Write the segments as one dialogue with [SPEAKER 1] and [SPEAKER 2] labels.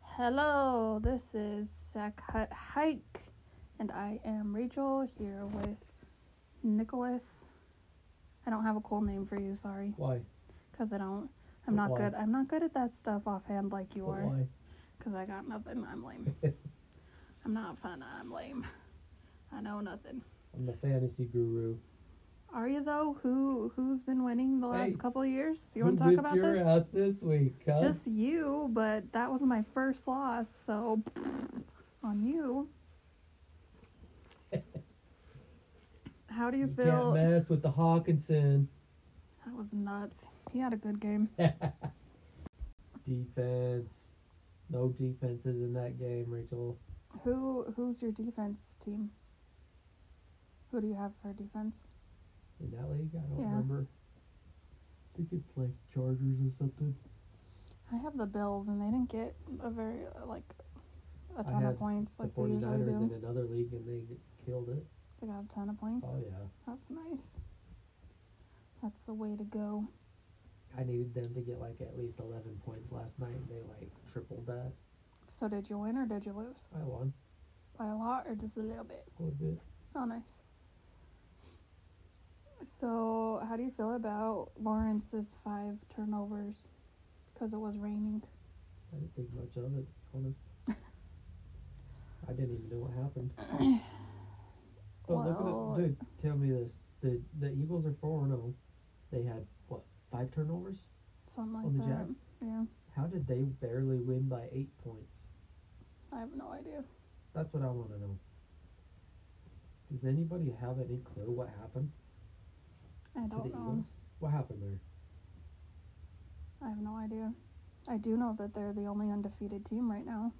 [SPEAKER 1] Hello, this is Sack Hut Hike, and I am Rachel here with Nicholas. I don't have a cool name for you, sorry,
[SPEAKER 2] Why?
[SPEAKER 1] because I don't. I'm
[SPEAKER 2] But
[SPEAKER 1] not
[SPEAKER 2] why?
[SPEAKER 1] good. I'm not good at that stuff offhand like you
[SPEAKER 2] But
[SPEAKER 1] are,
[SPEAKER 2] Why?
[SPEAKER 1] because I got nothing. I'm lame. I'm not fun. I'm lame. I know nothing.
[SPEAKER 2] I'm the fantasy guru.
[SPEAKER 1] Are you though? Who who's been winning the last
[SPEAKER 2] Hey,
[SPEAKER 1] couple of years? You
[SPEAKER 2] Who
[SPEAKER 1] want to talk
[SPEAKER 2] whipped
[SPEAKER 1] about
[SPEAKER 2] your
[SPEAKER 1] this?
[SPEAKER 2] ass this week? Huh?
[SPEAKER 1] Just you, but that was my first loss, so on you. How do you,
[SPEAKER 2] you
[SPEAKER 1] feel?
[SPEAKER 2] can't mess with the Hawkinson
[SPEAKER 1] That was nuts. He had a good game.
[SPEAKER 2] defense. No defenses in that game, Rachel.
[SPEAKER 1] Who who's your defense team? Who do you have for defense?
[SPEAKER 2] In that league, I don't
[SPEAKER 1] Yeah.
[SPEAKER 2] remember. I think it's like Chargers or something.
[SPEAKER 1] I have the Bills, and they didn't get a very uh, like a
[SPEAKER 2] I
[SPEAKER 1] ton of
[SPEAKER 2] had
[SPEAKER 1] points
[SPEAKER 2] The
[SPEAKER 1] like they usually
[SPEAKER 2] 49ers in
[SPEAKER 1] do.
[SPEAKER 2] another league and they killed it.
[SPEAKER 1] They got a ton of points.
[SPEAKER 2] Oh, yeah.
[SPEAKER 1] That's nice. That's the way to go.
[SPEAKER 2] I needed them to get like at least 11 points last night and they like tripled that.
[SPEAKER 1] So did you win or did you lose?
[SPEAKER 2] I won
[SPEAKER 1] By a lot or just a little bit?
[SPEAKER 2] a little bit.
[SPEAKER 1] Oh, nice. So, how do you feel about Lawrence's five turnovers? Because it was raining.
[SPEAKER 2] I didn't think much of it, honest. I didn't even know what happened. But look
[SPEAKER 1] Well-
[SPEAKER 2] at it, dude. Tell me this: the the Eagles are four zero. They had what five turnovers?
[SPEAKER 1] Something like
[SPEAKER 2] On the
[SPEAKER 1] that.
[SPEAKER 2] Jags?
[SPEAKER 1] Yeah,
[SPEAKER 2] How did they barely win by eight points?
[SPEAKER 1] I have no idea.
[SPEAKER 2] That's what I want to know. Does anybody have any clue what happened
[SPEAKER 1] I
[SPEAKER 2] to the
[SPEAKER 1] don't know.
[SPEAKER 2] Eagles? What happened there?
[SPEAKER 1] I have no idea. I do know that they're the only undefeated team right now.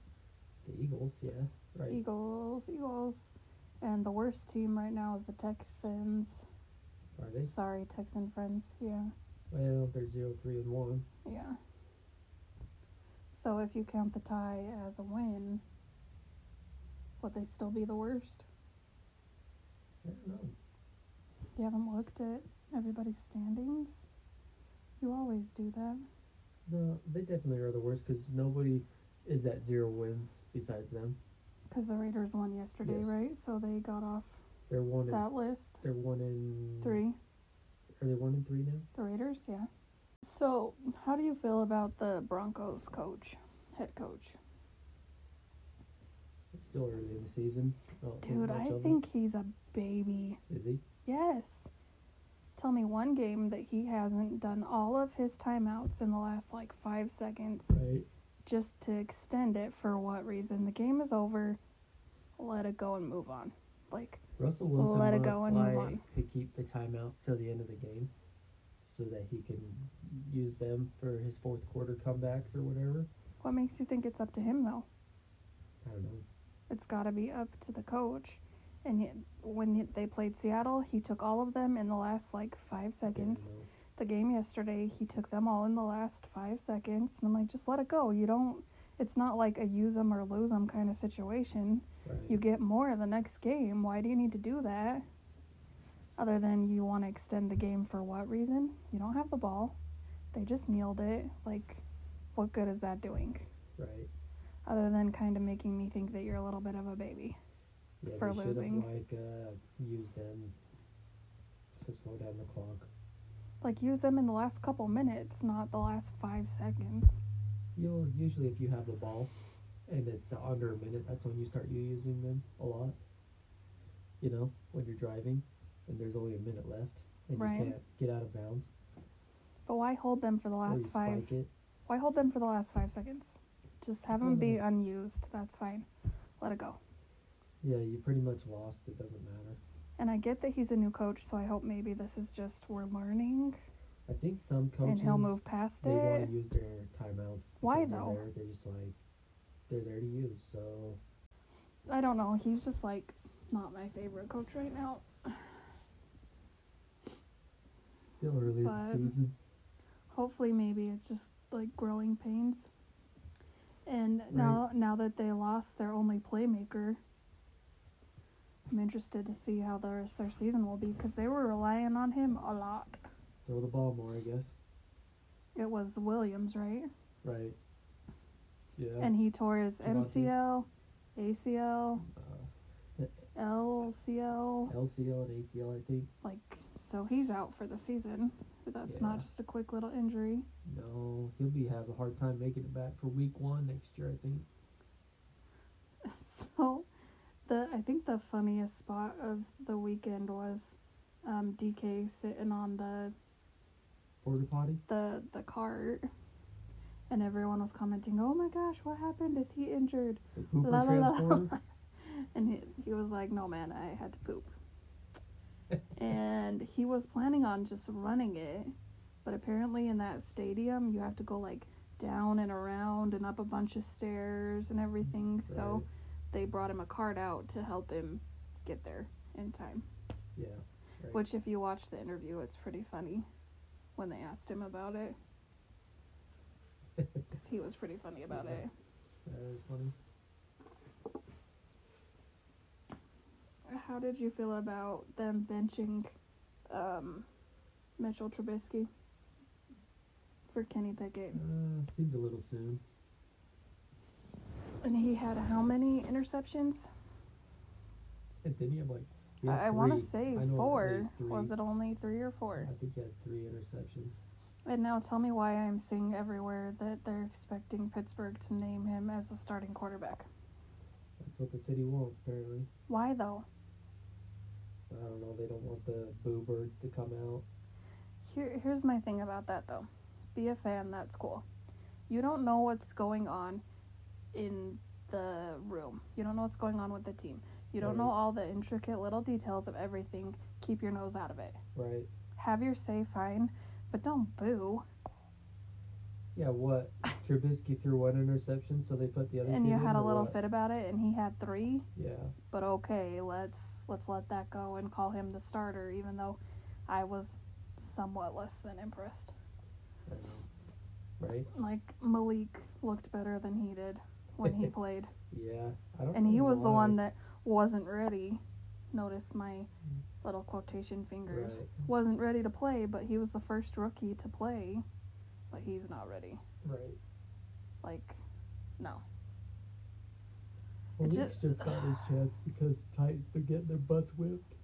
[SPEAKER 2] The Eagles, yeah, right.
[SPEAKER 1] E Eagles, Eagles. And the worst team right now is the Texans.
[SPEAKER 2] Are they?
[SPEAKER 1] Sorry, Texan friends. Yeah,
[SPEAKER 2] Well, they're zero three and one.
[SPEAKER 1] yeah. So, if you count the tie as a win, would they still be the worst?
[SPEAKER 2] I don't know.
[SPEAKER 1] You haven't looked at everybody's standings? You always do that.
[SPEAKER 2] No, they definitely are the worst because nobody is at zero wins besides them.
[SPEAKER 1] Because the Raiders won yesterday,
[SPEAKER 2] Yes.
[SPEAKER 1] right? So they got off
[SPEAKER 2] They're one. In,
[SPEAKER 1] that list.
[SPEAKER 2] they're one in
[SPEAKER 1] Three.
[SPEAKER 2] Are they one in three now?
[SPEAKER 1] The Raiders, yeah. So, how do you feel about the Broncos coach, head coach?
[SPEAKER 2] It's still early in the season. I don't
[SPEAKER 1] Dude,
[SPEAKER 2] much
[SPEAKER 1] I
[SPEAKER 2] of it.
[SPEAKER 1] think he's a baby.
[SPEAKER 2] Is he?
[SPEAKER 1] Yes. Tell me one game that he hasn't done all of his timeouts in the last like five seconds.
[SPEAKER 2] Right.
[SPEAKER 1] just to extend it for what reason? The game is over. Let it go and move on. Like,
[SPEAKER 2] Russell Wilson
[SPEAKER 1] Let
[SPEAKER 2] let
[SPEAKER 1] it
[SPEAKER 2] it
[SPEAKER 1] go and move
[SPEAKER 2] like
[SPEAKER 1] on.
[SPEAKER 2] to keep the timeouts till the end of the game, so that he can use them for his fourth quarter comebacks or whatever.
[SPEAKER 1] what makes you think it's up to him though?
[SPEAKER 2] I don't know.
[SPEAKER 1] It's got to be up to the coach. And yet, when he- they played Seattle, he took all of them in the last like five
[SPEAKER 2] I don't
[SPEAKER 1] seconds.
[SPEAKER 2] know.
[SPEAKER 1] The game yesterday, he took them all in the last five seconds. And I'm like, just let it go. You don't. It's not like a use 'em or lose 'em kind of situation.
[SPEAKER 2] Right.
[SPEAKER 1] you get more the next game. Why do you need to do that? Other than you want to extend the game for what reason? You don't have the ball. They just kneeled it. Like, what good is that doing?
[SPEAKER 2] right.
[SPEAKER 1] Other than kind of making me think that you're a little bit of a baby.
[SPEAKER 2] Yeah,
[SPEAKER 1] for
[SPEAKER 2] they should've,
[SPEAKER 1] losing.
[SPEAKER 2] like uh, used them to slow down the clock.
[SPEAKER 1] Like, use them in the last couple minutes, not the last five seconds.
[SPEAKER 2] You'll usually if you have the ball and it's under a minute, that's when you start you using them a lot. You know, when you're driving and there's only a minute left and
[SPEAKER 1] Right.
[SPEAKER 2] you can't get out of bounds.
[SPEAKER 1] But why hold them for the
[SPEAKER 2] or you
[SPEAKER 1] last five?
[SPEAKER 2] spike it.
[SPEAKER 1] Why hold them for the last five seconds? Just have them be
[SPEAKER 2] Mhm.
[SPEAKER 1] unused. That's fine. Let it go.
[SPEAKER 2] Yeah, you pretty much lost. It doesn't matter.
[SPEAKER 1] And I get that he's a new coach, so I hope maybe this is just we're learning.
[SPEAKER 2] I think some coaches
[SPEAKER 1] and he'll move past
[SPEAKER 2] they want
[SPEAKER 1] it.
[SPEAKER 2] to use their timeouts.
[SPEAKER 1] Why
[SPEAKER 2] because they're
[SPEAKER 1] though?
[SPEAKER 2] There, they're just like they're there to use. So
[SPEAKER 1] I don't know. He's just like not my favorite coach right now.
[SPEAKER 2] still early in the
[SPEAKER 1] But-
[SPEAKER 2] season.
[SPEAKER 1] Hopefully, maybe it's just like growing pains. And now, now that they lost their only playmaker, I'm interested to see how the rest of their season will be because they were relying on him a lot.
[SPEAKER 2] Throw the ball more, I guess.
[SPEAKER 1] It was Williams, right?
[SPEAKER 2] Right. Yeah.
[SPEAKER 1] and he tore his
[SPEAKER 2] Did you not see-
[SPEAKER 1] MCL, ACL,
[SPEAKER 2] uh,
[SPEAKER 1] LCL.
[SPEAKER 2] LCL and ACL, I think.
[SPEAKER 1] Like, so he's out for the season. But that's not
[SPEAKER 2] Yeah.
[SPEAKER 1] just a quick little injury.
[SPEAKER 2] No, he'll be have a hard time making it back for week one next year, I think.
[SPEAKER 1] So, the I think the funniest spot of the weekend was um, DK sitting on the
[SPEAKER 2] Porta potty.
[SPEAKER 1] the the cart, and everyone was commenting, "Oh my gosh, what happened? Is he injured?"
[SPEAKER 2] The pooper
[SPEAKER 1] La, la, la.
[SPEAKER 2] transporter.
[SPEAKER 1] And he, he was like, "No man, I had to poop." and he was planning on just running it, but apparently in that stadium you have to go like down and around and up a bunch of stairs and everything. So.
[SPEAKER 2] Right,
[SPEAKER 1] they brought him a cart out to help him get there in time.
[SPEAKER 2] Yeah. Right.
[SPEAKER 1] Which, if you watch the interview, it's pretty funny when they asked him about it. Because he was pretty funny about
[SPEAKER 2] Yeah.
[SPEAKER 1] it.
[SPEAKER 2] That is funny.
[SPEAKER 1] How did you feel about them benching um, Mitchell Trubisky for Kenny Pickett?
[SPEAKER 2] Uh, seemed a little soon.
[SPEAKER 1] And he had how many interceptions?
[SPEAKER 2] And didn't he have like? he had
[SPEAKER 1] I, I want to
[SPEAKER 2] three.
[SPEAKER 1] say
[SPEAKER 2] I know at
[SPEAKER 1] four.
[SPEAKER 2] least three.
[SPEAKER 1] Was it only three or four?
[SPEAKER 2] I think he had three interceptions.
[SPEAKER 1] And now tell me why I'm seeing everywhere that they're expecting Pittsburgh to name him as the starting quarterback.
[SPEAKER 2] That's what the city wants, apparently.
[SPEAKER 1] Why though?
[SPEAKER 2] I don't know. They don't want the boo birds to come out.
[SPEAKER 1] Here, here's my thing about that though. Be a fan, that's cool. You don't know what's going on in the room. You don't know what's going on with the team. You don't know
[SPEAKER 2] Right.
[SPEAKER 1] all the intricate little details of everything. Keep your nose out of it.
[SPEAKER 2] Right.
[SPEAKER 1] Have your say, fine, but don't boo.
[SPEAKER 2] Yeah. What? Trubisky threw one interception, so they put the other.
[SPEAKER 1] And
[SPEAKER 2] kid
[SPEAKER 1] you
[SPEAKER 2] in,
[SPEAKER 1] had a
[SPEAKER 2] or
[SPEAKER 1] little
[SPEAKER 2] what?
[SPEAKER 1] fit about it, and he had three.
[SPEAKER 2] Yeah.
[SPEAKER 1] but okay, let's let's let that go and call him the starter, even though I was somewhat less than impressed.
[SPEAKER 2] I know. Right.
[SPEAKER 1] Like Malik looked better than he did when he played,
[SPEAKER 2] Yeah. I don't.
[SPEAKER 1] and he
[SPEAKER 2] really
[SPEAKER 1] was the
[SPEAKER 2] why.
[SPEAKER 1] one that wasn't ready. Notice my little quotation fingers.
[SPEAKER 2] Right.
[SPEAKER 1] Wasn't ready to play, but he was the first rookie to play. But he's not ready.
[SPEAKER 2] Right.
[SPEAKER 1] Like, no.
[SPEAKER 2] Well,
[SPEAKER 1] It
[SPEAKER 2] Nick's
[SPEAKER 1] ju-
[SPEAKER 2] just got his chance because Titans been getting their butts whipped.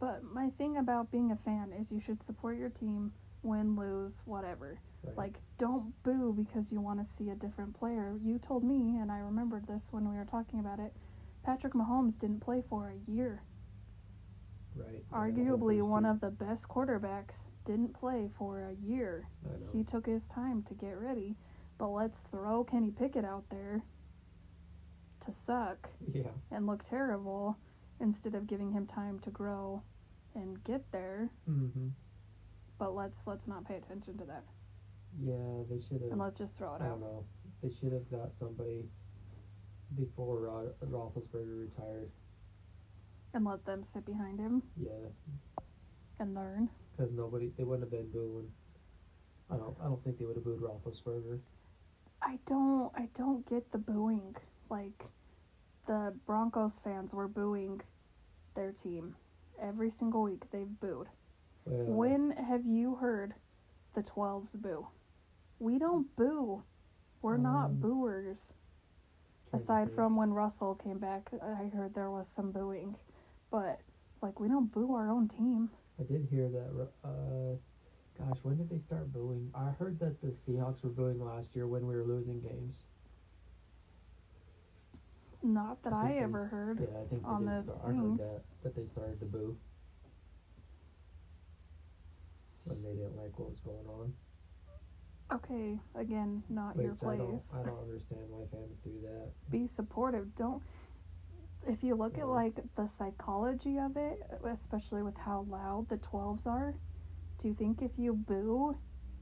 [SPEAKER 1] But my thing about being a fan is you should support your team, win, lose, whatever.
[SPEAKER 2] Right.
[SPEAKER 1] Like, don't boo because you want to see a different player. You told me, and I remembered this when we were talking about it. Patrick Mahomes didn't play for a year.
[SPEAKER 2] Right. I know,
[SPEAKER 1] Arguably
[SPEAKER 2] first
[SPEAKER 1] one
[SPEAKER 2] year.
[SPEAKER 1] of the best quarterbacks didn't play for a year.
[SPEAKER 2] I know.
[SPEAKER 1] He took his time to get ready, but let's throw Kenny Pickett out there to suck
[SPEAKER 2] Yeah.
[SPEAKER 1] and look terrible instead of giving him time to grow and get there.
[SPEAKER 2] Mm-hmm.
[SPEAKER 1] But let's let's not pay attention to that.
[SPEAKER 2] Yeah. They should have.
[SPEAKER 1] And let's just throw it
[SPEAKER 2] I don't
[SPEAKER 1] out.
[SPEAKER 2] know. They should have got somebody before Ro- Roethlisberger retired.
[SPEAKER 1] And let them sit behind him
[SPEAKER 2] Yeah,
[SPEAKER 1] and learn.
[SPEAKER 2] because nobody they wouldn't have been booing. I don't. I don't think they would have booed Roethlisberger.
[SPEAKER 1] I don't I don't get the booing. Like the Broncos fans were booing their team every single week. They've booed.
[SPEAKER 2] Well,
[SPEAKER 1] When have you heard the 12s boo? We don't boo. We're
[SPEAKER 2] Um,
[SPEAKER 1] not booers.
[SPEAKER 2] trying to
[SPEAKER 1] Aside
[SPEAKER 2] think.
[SPEAKER 1] from when Russell came back, I heard there was some booing, but like we don't boo our own team.
[SPEAKER 2] I did hear that. Ro- Uh, gosh, when did they start booing? I heard that the Seahawks were booing last year when we were losing games.
[SPEAKER 1] Not that
[SPEAKER 2] I
[SPEAKER 1] I
[SPEAKER 2] think they-
[SPEAKER 1] ever heard.
[SPEAKER 2] Yeah, I think they
[SPEAKER 1] On
[SPEAKER 2] did
[SPEAKER 1] those
[SPEAKER 2] start, I heard
[SPEAKER 1] things.
[SPEAKER 2] that that they started to boo when they didn't like what was going on.
[SPEAKER 1] Okay, again, not your
[SPEAKER 2] Which I don't.
[SPEAKER 1] place.
[SPEAKER 2] I don't understand why fans do that.
[SPEAKER 1] be supportive. Don't if you look
[SPEAKER 2] Yeah.
[SPEAKER 1] at like the psychology of it, especially with how loud the 12s are, do you think if you boo,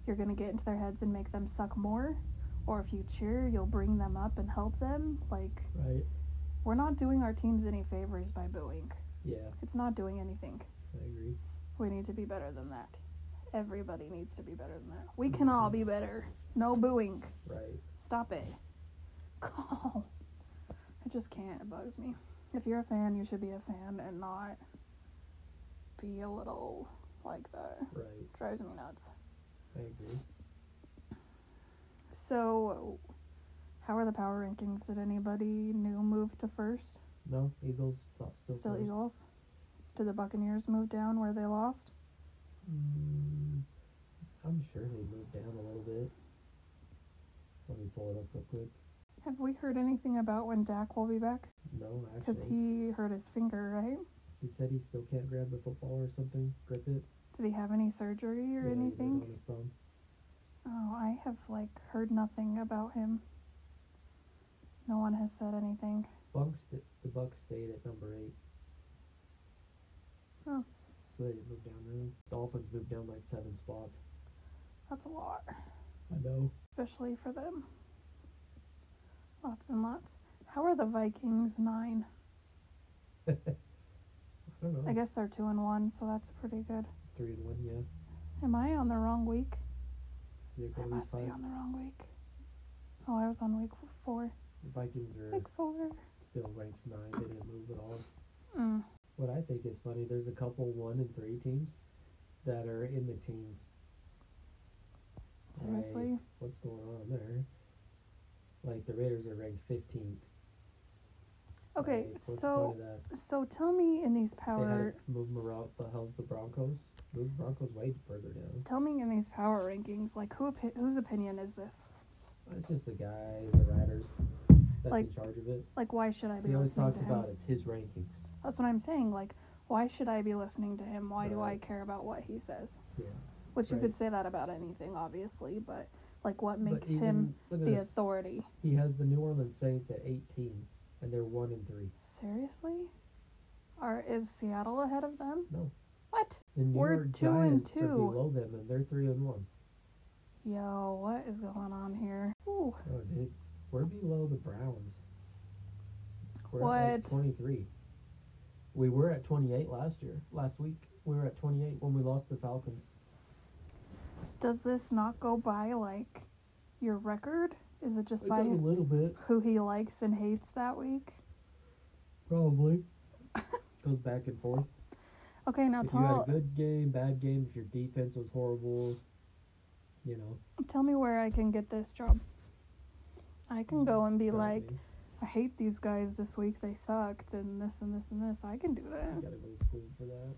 [SPEAKER 1] you're going to get into their heads and make them suck more? Or if you cheer, you'll bring them up and help them? Like
[SPEAKER 2] Right.
[SPEAKER 1] we're not doing our teams any favors by booing.
[SPEAKER 2] Yeah,
[SPEAKER 1] It's not doing anything.
[SPEAKER 2] I agree.
[SPEAKER 1] We need to be better than that. Everybody needs to be better than that. We can all be better. No booing.
[SPEAKER 2] Right.
[SPEAKER 1] Stop it. Call. I just can't. It bugs me. If you're a fan, you should be a fan and not be a little like that.
[SPEAKER 2] Right.
[SPEAKER 1] Drives me nuts.
[SPEAKER 2] I agree.
[SPEAKER 1] So, How are the power rankings? Did anybody new move to first?
[SPEAKER 2] No, Eagles so- still
[SPEAKER 1] Still
[SPEAKER 2] first.
[SPEAKER 1] Eagles. Did the Buccaneers move down where they lost?
[SPEAKER 2] Mm, I'm sure they moved down a little bit. Let me pull it up real quick.
[SPEAKER 1] Have we heard anything about when Dak will be back?
[SPEAKER 2] No,
[SPEAKER 1] Because
[SPEAKER 2] actually,
[SPEAKER 1] he hurt his finger, right?
[SPEAKER 2] he said he still can't grab the football or something, grip it.
[SPEAKER 1] Did he have any surgery or
[SPEAKER 2] Yeah, he did
[SPEAKER 1] anything?
[SPEAKER 2] on his thumb.
[SPEAKER 1] Oh, I have like heard nothing about him. No one has said anything.
[SPEAKER 2] Bucks st- the Bucks stayed at number eight.
[SPEAKER 1] Huh.
[SPEAKER 2] So they didn't move down really. Dolphins moved down like seven spots.
[SPEAKER 1] That's a lot,
[SPEAKER 2] I know.
[SPEAKER 1] especially for them. Lots and lots. How are the Vikings nine?
[SPEAKER 2] I don't know.
[SPEAKER 1] I guess they're two and one, so that's pretty good.
[SPEAKER 2] Three and one, yeah.
[SPEAKER 1] Am I on the wrong week?
[SPEAKER 2] They're
[SPEAKER 1] I
[SPEAKER 2] going to be
[SPEAKER 1] must be
[SPEAKER 2] five.
[SPEAKER 1] on the wrong week. Oh, I was on week f- four.
[SPEAKER 2] The Vikings are
[SPEAKER 1] Week four.
[SPEAKER 2] still ranked nine. They didn't move at all.
[SPEAKER 1] Mm.
[SPEAKER 2] What I think is funny, there's a couple one and three teams that are in the teens. Like,
[SPEAKER 1] Seriously?
[SPEAKER 2] what's going on there? Like the Raiders are ranked 15th.
[SPEAKER 1] Okay,
[SPEAKER 2] Like, what's
[SPEAKER 1] so
[SPEAKER 2] the point of that?
[SPEAKER 1] so tell me in these
[SPEAKER 2] They had
[SPEAKER 1] power
[SPEAKER 2] to move Morale, the hell the Broncos. Move Broncos way further down.
[SPEAKER 1] tell me in these power rankings, like who opi- whose opinion is this?
[SPEAKER 2] It's just the guy, the Riders, that's
[SPEAKER 1] Like,
[SPEAKER 2] in charge of it.
[SPEAKER 1] Like why should I be
[SPEAKER 2] He always
[SPEAKER 1] listening
[SPEAKER 2] talks
[SPEAKER 1] to him?
[SPEAKER 2] about it's his rankings.
[SPEAKER 1] That's what I'm saying. Like why should I be listening to him? Why do I
[SPEAKER 2] Right.
[SPEAKER 1] care about what he says?
[SPEAKER 2] Yeah.
[SPEAKER 1] Which you
[SPEAKER 2] Right.
[SPEAKER 1] could say that about anything, obviously, but like what makes
[SPEAKER 2] but even,
[SPEAKER 1] him
[SPEAKER 2] look at
[SPEAKER 1] the
[SPEAKER 2] this.
[SPEAKER 1] authority?
[SPEAKER 2] He has the New Orleans Saints at 18, and they're one and three.
[SPEAKER 1] Seriously? Are is Seattle ahead of them?
[SPEAKER 2] No.
[SPEAKER 1] What?
[SPEAKER 2] The New
[SPEAKER 1] We're
[SPEAKER 2] York
[SPEAKER 1] two and
[SPEAKER 2] Giants are
[SPEAKER 1] two.
[SPEAKER 2] below them, and they're three and one.
[SPEAKER 1] Yo, what is going on here? Ooh,
[SPEAKER 2] Oh, dude, we're below the Browns. We're at like
[SPEAKER 1] What?
[SPEAKER 2] 23. We were at 28 last year. Last week, we were at 28 when we lost the Falcons.
[SPEAKER 1] does this not go by like your record? Is it just
[SPEAKER 2] It
[SPEAKER 1] by
[SPEAKER 2] does a little bit,
[SPEAKER 1] who he likes and hates that week?
[SPEAKER 2] probably. Goes back and forth.
[SPEAKER 1] Okay, now
[SPEAKER 2] if you had a
[SPEAKER 1] tell
[SPEAKER 2] good game, bad game, if your defense was horrible, you know.
[SPEAKER 1] tell me where I can get this job. I can go and be
[SPEAKER 2] kinda
[SPEAKER 1] like,
[SPEAKER 2] thing.
[SPEAKER 1] I hate these guys this week. They sucked and this and this and this. I can do
[SPEAKER 2] You
[SPEAKER 1] that.
[SPEAKER 2] gotta go to school for that.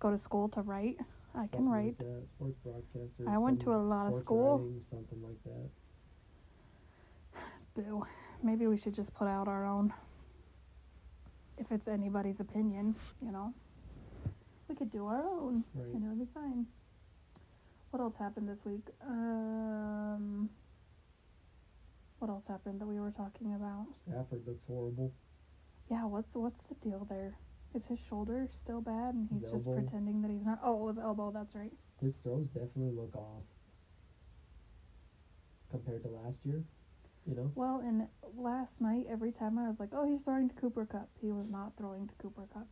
[SPEAKER 1] Go to school to write. I
[SPEAKER 2] something
[SPEAKER 1] can
[SPEAKER 2] like
[SPEAKER 1] write.
[SPEAKER 2] that, Sports broadcaster.
[SPEAKER 1] I went to
[SPEAKER 2] some
[SPEAKER 1] a lot of
[SPEAKER 2] sports
[SPEAKER 1] school.
[SPEAKER 2] writing, something like that.
[SPEAKER 1] Boo. Maybe we should just put out our own. If it's anybody's opinion, you know. We could do our own.
[SPEAKER 2] Right.
[SPEAKER 1] and it'll be fine. What else happened this week? Um, what else happened that we were talking about?
[SPEAKER 2] Stafford looks horrible.
[SPEAKER 1] Yeah, what's what's the deal there? Is his shoulder still bad, and he's
[SPEAKER 2] His
[SPEAKER 1] just
[SPEAKER 2] elbow.
[SPEAKER 1] pretending that he's not? Oh, it was elbow. That's right.
[SPEAKER 2] His throws definitely look off compared to last year. You know,
[SPEAKER 1] Well, and last night, every time I was like, "Oh, he's throwing to Cooper Cup," he was not throwing to Cooper Cup.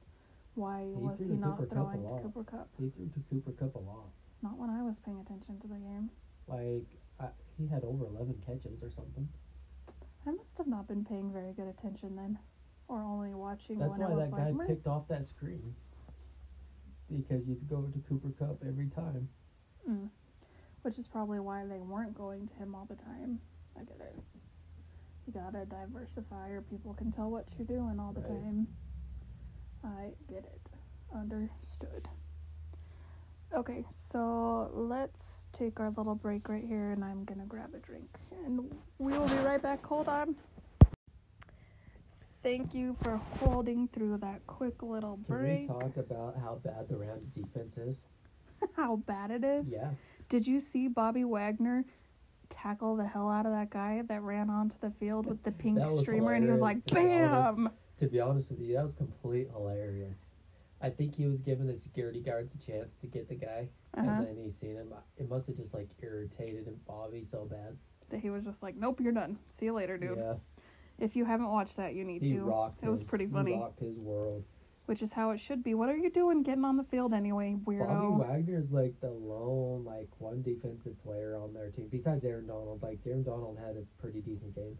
[SPEAKER 1] Why was
[SPEAKER 2] threw
[SPEAKER 1] he
[SPEAKER 2] to
[SPEAKER 1] not
[SPEAKER 2] Cooper Kupp a
[SPEAKER 1] throwing to
[SPEAKER 2] lot.
[SPEAKER 1] Cooper Cup?
[SPEAKER 2] he threw to Cooper Cup a lot.
[SPEAKER 1] Not when I was paying attention to the game.
[SPEAKER 2] Like I, he had over eleven catches or something.
[SPEAKER 1] I must have not been paying very good attention then, or only watching
[SPEAKER 2] That's
[SPEAKER 1] when it
[SPEAKER 2] why
[SPEAKER 1] was
[SPEAKER 2] that guy
[SPEAKER 1] like, "Meh."
[SPEAKER 2] picked off that screen because you'd go to Cooper Cup every time.
[SPEAKER 1] Mm. Which is probably why they weren't going to him all the time. I get it. You gotta diversify or people can tell what you're doing all the
[SPEAKER 2] Right.
[SPEAKER 1] time. I get it. Understood. Okay, so let's take our little break right here and I'm gonna grab a drink. And we will be right back. Hold on. Thank you for holding through that quick little
[SPEAKER 2] Can
[SPEAKER 1] break.
[SPEAKER 2] we talk about how bad the Rams defense is?
[SPEAKER 1] How bad it is.
[SPEAKER 2] Yeah,
[SPEAKER 1] Did you see Bobby Wagner tackle the hell out of that guy that ran onto the field with the pink
[SPEAKER 2] That was
[SPEAKER 1] streamer and he was
[SPEAKER 2] hilarious,
[SPEAKER 1] like,
[SPEAKER 2] to be honest.
[SPEAKER 1] BAM!
[SPEAKER 2] to be honest with you, that was complete hilarious. I think he was giving the security guards a chance to get the guy,
[SPEAKER 1] Uh-huh.
[SPEAKER 2] and then he seen him. It must have just like irritated him, Bobby, so bad.
[SPEAKER 1] That he was just like, Nope, you're done. See you later, dude.
[SPEAKER 2] Yeah,
[SPEAKER 1] If you haven't watched that, you need
[SPEAKER 2] he
[SPEAKER 1] to.
[SPEAKER 2] rocked.
[SPEAKER 1] It was
[SPEAKER 2] his-
[SPEAKER 1] pretty
[SPEAKER 2] he
[SPEAKER 1] funny.
[SPEAKER 2] rocked his world.
[SPEAKER 1] Which is how it should be. What are you doing getting on the field anyway,
[SPEAKER 2] Bobby
[SPEAKER 1] weirdo?
[SPEAKER 2] Wagner is like the lone, like one defensive player on their team besides Aaron Donald. Like Aaron Donald had a pretty decent game,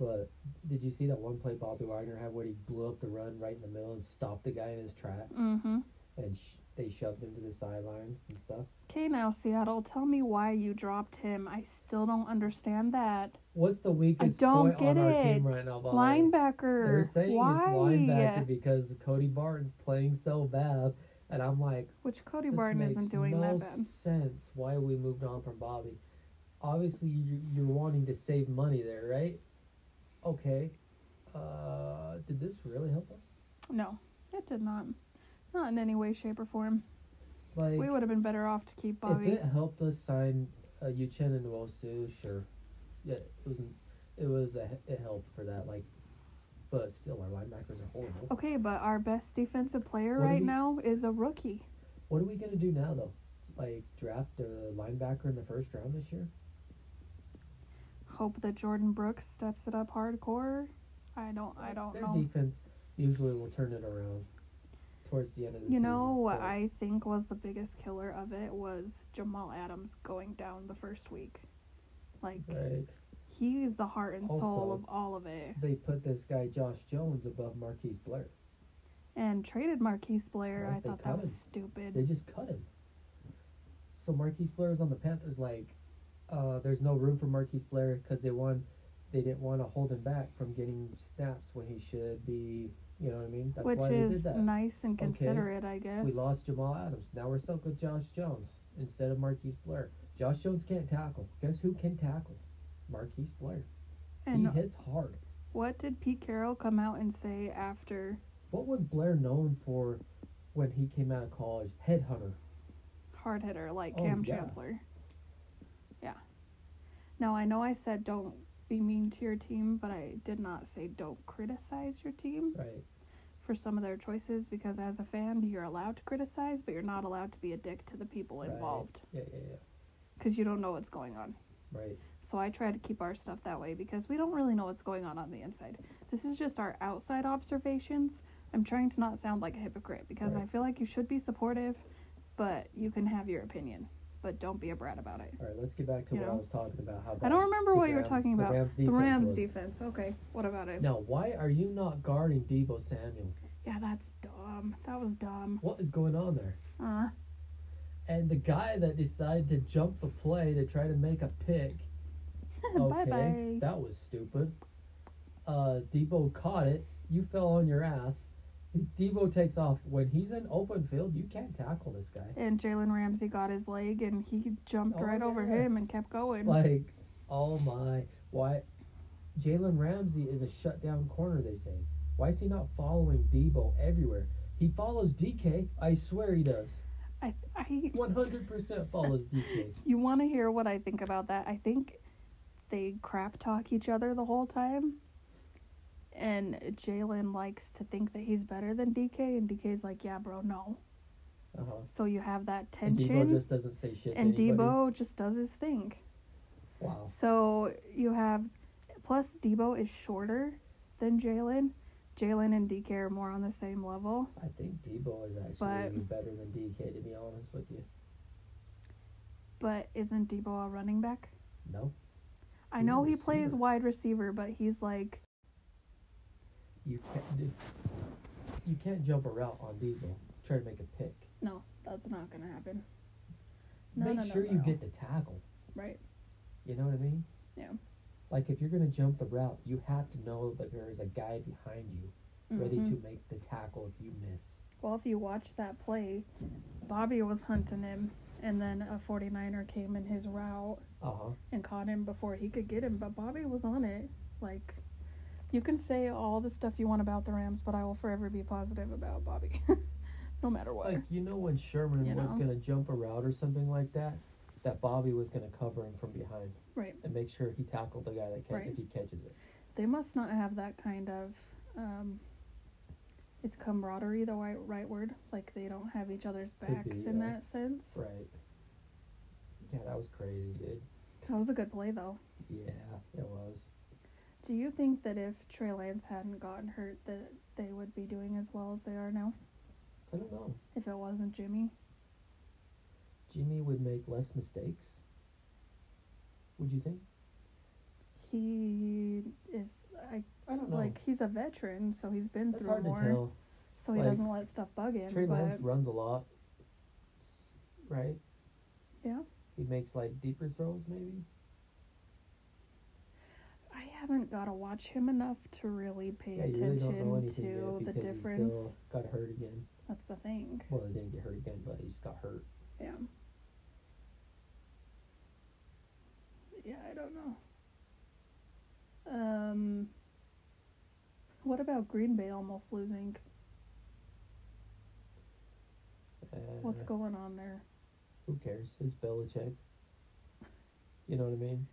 [SPEAKER 2] but did you see that one play Bobby Wagner had where he blew up the run right in the middle and stopped the guy in his tracks?
[SPEAKER 1] Mm hmm.
[SPEAKER 2] and sh- they shoved him to the sidelines and stuff.
[SPEAKER 1] Okay, now Seattle, tell me why you dropped him. I still don't understand that.
[SPEAKER 2] What's the weakest
[SPEAKER 1] don't
[SPEAKER 2] point on
[SPEAKER 1] get
[SPEAKER 2] our
[SPEAKER 1] it.
[SPEAKER 2] team right now, Molly?
[SPEAKER 1] linebacker.
[SPEAKER 2] They're saying
[SPEAKER 1] why?
[SPEAKER 2] it's linebacker because Cody Barton's playing so bad, and I'm like,
[SPEAKER 1] Which Cody
[SPEAKER 2] this
[SPEAKER 1] Barton
[SPEAKER 2] makes
[SPEAKER 1] isn't doing
[SPEAKER 2] no
[SPEAKER 1] that bad.
[SPEAKER 2] sense. Why we moved on from Bobby? Obviously, you, you're wanting to save money there, right? Okay. Uh, did this really help us?
[SPEAKER 1] No, it did not. Not in any way, shape, or form.
[SPEAKER 2] Like,
[SPEAKER 1] we would have been better off to keep Bobby.
[SPEAKER 2] If it helped us sign uh, Yuchen and Wosu, sure. Yeah, it wasn't. It was a, it helped for that. Like, but still, our linebackers are horrible.
[SPEAKER 1] okay, but our best defensive player
[SPEAKER 2] What do
[SPEAKER 1] right
[SPEAKER 2] we-
[SPEAKER 1] now is a rookie.
[SPEAKER 2] What are we gonna do now though? Like draft a linebacker in the first round this year?
[SPEAKER 1] Hope that Jordan Brooks steps it up hardcore. I don't. I don't
[SPEAKER 2] Their
[SPEAKER 1] know.
[SPEAKER 2] defense usually will turn it around towards the end of the
[SPEAKER 1] You
[SPEAKER 2] season.
[SPEAKER 1] know what
[SPEAKER 2] but
[SPEAKER 1] I think was the biggest killer of it was Jamal Adams going down the first week. Like
[SPEAKER 2] right?
[SPEAKER 1] he's the heart and soul
[SPEAKER 2] Also-
[SPEAKER 1] of all of it.
[SPEAKER 2] They put this guy Josh Jones above Marquise Blair.
[SPEAKER 1] And traded Marquise Blair.
[SPEAKER 2] Why'd
[SPEAKER 1] I
[SPEAKER 2] they
[SPEAKER 1] thought
[SPEAKER 2] cut
[SPEAKER 1] that was
[SPEAKER 2] him?
[SPEAKER 1] stupid.
[SPEAKER 2] They just cut him. So Marquise Blair is on the Panthers. Like, uh, there's no room for Marquise Blair because they won. They didn't want to hold him back from getting snaps when he should be. You know what I mean? That's
[SPEAKER 1] Which
[SPEAKER 2] why they
[SPEAKER 1] is
[SPEAKER 2] did that.
[SPEAKER 1] nice and
[SPEAKER 2] Okay.
[SPEAKER 1] considerate, I guess.
[SPEAKER 2] We lost Jamal Adams. Now we're stuck with Josh Jones instead of Marquise Blair. Josh Jones can't tackle. Guess who can tackle? Marquise Blair.
[SPEAKER 1] and
[SPEAKER 2] he hits hard.
[SPEAKER 1] what did Pete Carroll come out and say after
[SPEAKER 2] What was Blair known for when he came out of college? Headhunter.
[SPEAKER 1] hard hitter like
[SPEAKER 2] Oh,
[SPEAKER 1] Cam
[SPEAKER 2] yeah.
[SPEAKER 1] Chancellor? Yeah. Now I know I said don't be mean to your team, but I did not say don't criticize your team.
[SPEAKER 2] Right.
[SPEAKER 1] for some of their choices because as a fan you're allowed to criticize but you're not allowed to be a dick to the people
[SPEAKER 2] Right.
[SPEAKER 1] involved
[SPEAKER 2] Yeah, yeah, yeah.
[SPEAKER 1] because you don't know what's going on
[SPEAKER 2] Right.
[SPEAKER 1] so i try to keep our stuff that way because we don't really know what's going on on the inside this is just our outside observations i'm trying to not sound like a hypocrite because i
[SPEAKER 2] Right.
[SPEAKER 1] feel like you should be supportive but you can have your opinion but don't be a brat about it
[SPEAKER 2] All right, let's get back to
[SPEAKER 1] You
[SPEAKER 2] what
[SPEAKER 1] know?
[SPEAKER 2] I was talking about. How
[SPEAKER 1] i
[SPEAKER 2] bad
[SPEAKER 1] don't remember
[SPEAKER 2] the
[SPEAKER 1] what you were
[SPEAKER 2] Rams-
[SPEAKER 1] talking about
[SPEAKER 2] The Rams defense.
[SPEAKER 1] the rams
[SPEAKER 2] was.
[SPEAKER 1] defense okay what about it
[SPEAKER 2] Now, why are you not guarding Debo Samuel?
[SPEAKER 1] yeah that's dumb that was dumb
[SPEAKER 2] What is going on there?
[SPEAKER 1] uh,
[SPEAKER 2] And the guy that decided to jump the play to try to make a pick.
[SPEAKER 1] bye bye
[SPEAKER 2] That was stupid. Uh, Debo caught it. You fell on your ass. Debo takes off. When he's in open field, you can't tackle this guy.
[SPEAKER 1] And Jalen Ramsey got his leg and he jumped
[SPEAKER 2] Oh,
[SPEAKER 1] right over
[SPEAKER 2] yeah.
[SPEAKER 1] him and kept going.
[SPEAKER 2] Like, oh my, why? Jalen Ramsey is a shutdown corner. They say. Why is he not following Debo everywhere? He follows DK. I swear he does.
[SPEAKER 1] I, I,
[SPEAKER 2] One hundred percent follows DK.
[SPEAKER 1] you want to hear what I think about that? I think they crap talk each other the whole time. And Jalen likes to think that he's better than DK, and DK's like, yeah, bro, no.
[SPEAKER 2] Uh huh.
[SPEAKER 1] So you have that
[SPEAKER 2] And Debo
[SPEAKER 1] tension,
[SPEAKER 2] just doesn't say shit. to
[SPEAKER 1] and
[SPEAKER 2] anybody.
[SPEAKER 1] Debo just does his thing.
[SPEAKER 2] Wow.
[SPEAKER 1] So you have, plus Debo is shorter than Jalen. Jalen and DK are more on the same level.
[SPEAKER 2] I think Debo is
[SPEAKER 1] But-
[SPEAKER 2] actually better than DK. To be honest with you.
[SPEAKER 1] But isn't Debo a running back?
[SPEAKER 2] No.
[SPEAKER 1] I
[SPEAKER 2] He's a
[SPEAKER 1] know he plays
[SPEAKER 2] receiver.
[SPEAKER 1] wide receiver, but he's like,
[SPEAKER 2] You can't do. You can't jump a route on Debo. Try to make a pick.
[SPEAKER 1] no, that's not gonna happen. No,
[SPEAKER 2] make
[SPEAKER 1] no, no,
[SPEAKER 2] sure you
[SPEAKER 1] no.
[SPEAKER 2] get the tackle.
[SPEAKER 1] Right.
[SPEAKER 2] You know what I mean?
[SPEAKER 1] Yeah.
[SPEAKER 2] Like if you're gonna jump the route, you have to know that there is a guy behind you ready
[SPEAKER 1] Mhm.
[SPEAKER 2] to make the tackle if you miss.
[SPEAKER 1] Well, if you watch that play, Bobby was hunting him, and then a 49er came in his route
[SPEAKER 2] Uh huh.
[SPEAKER 1] and caught him before he could get him, but Bobby was on it. Like, you can say all the stuff you want about the Rams, but I will forever be positive about Bobby, no matter what.
[SPEAKER 2] Like you know when Sherman
[SPEAKER 1] You
[SPEAKER 2] was
[SPEAKER 1] know?
[SPEAKER 2] gonna jump a route or something like that, that Bobby was gonna cover him from behind
[SPEAKER 1] right.
[SPEAKER 2] and make sure he tackled the guy that ca-
[SPEAKER 1] Right.
[SPEAKER 2] if he catches it.
[SPEAKER 1] they must not have that kind of um it's camaraderie the right, right word like they don't have each other's
[SPEAKER 2] Could
[SPEAKER 1] backs
[SPEAKER 2] be,
[SPEAKER 1] in
[SPEAKER 2] yeah.
[SPEAKER 1] that sense
[SPEAKER 2] Right. Yeah, that was crazy, dude.
[SPEAKER 1] that was a good play though
[SPEAKER 2] Yeah, it was.
[SPEAKER 1] do you think that if trey lance hadn't gotten hurt that they would be doing as well as they are now
[SPEAKER 2] I don't know.
[SPEAKER 1] if it wasn't jimmy
[SPEAKER 2] Jimmy would make less mistakes. Would you think?
[SPEAKER 1] he is I,
[SPEAKER 2] I don't know.
[SPEAKER 1] like he's a veteran so he's been
[SPEAKER 2] That's
[SPEAKER 1] through
[SPEAKER 2] hard to
[SPEAKER 1] more
[SPEAKER 2] tell.
[SPEAKER 1] so he
[SPEAKER 2] Like,
[SPEAKER 1] doesn't let stuff bug him.
[SPEAKER 2] Trey
[SPEAKER 1] but
[SPEAKER 2] Lance runs a lot, right?
[SPEAKER 1] Yeah.
[SPEAKER 2] He makes like deeper throws, maybe.
[SPEAKER 1] I haven't got to watch him enough to really pay
[SPEAKER 2] yeah, you really
[SPEAKER 1] attention
[SPEAKER 2] don't know
[SPEAKER 1] to
[SPEAKER 2] anything yet
[SPEAKER 1] the
[SPEAKER 2] because
[SPEAKER 1] difference.
[SPEAKER 2] he still got hurt again.
[SPEAKER 1] That's the thing.
[SPEAKER 2] Well, he didn't get hurt again, but he just got hurt.
[SPEAKER 1] Yeah. Yeah, I don't know. Um, what about Green Bay almost losing?
[SPEAKER 2] Uh,
[SPEAKER 1] What's going on there?
[SPEAKER 2] Who cares? It's Belichick. You know what I mean?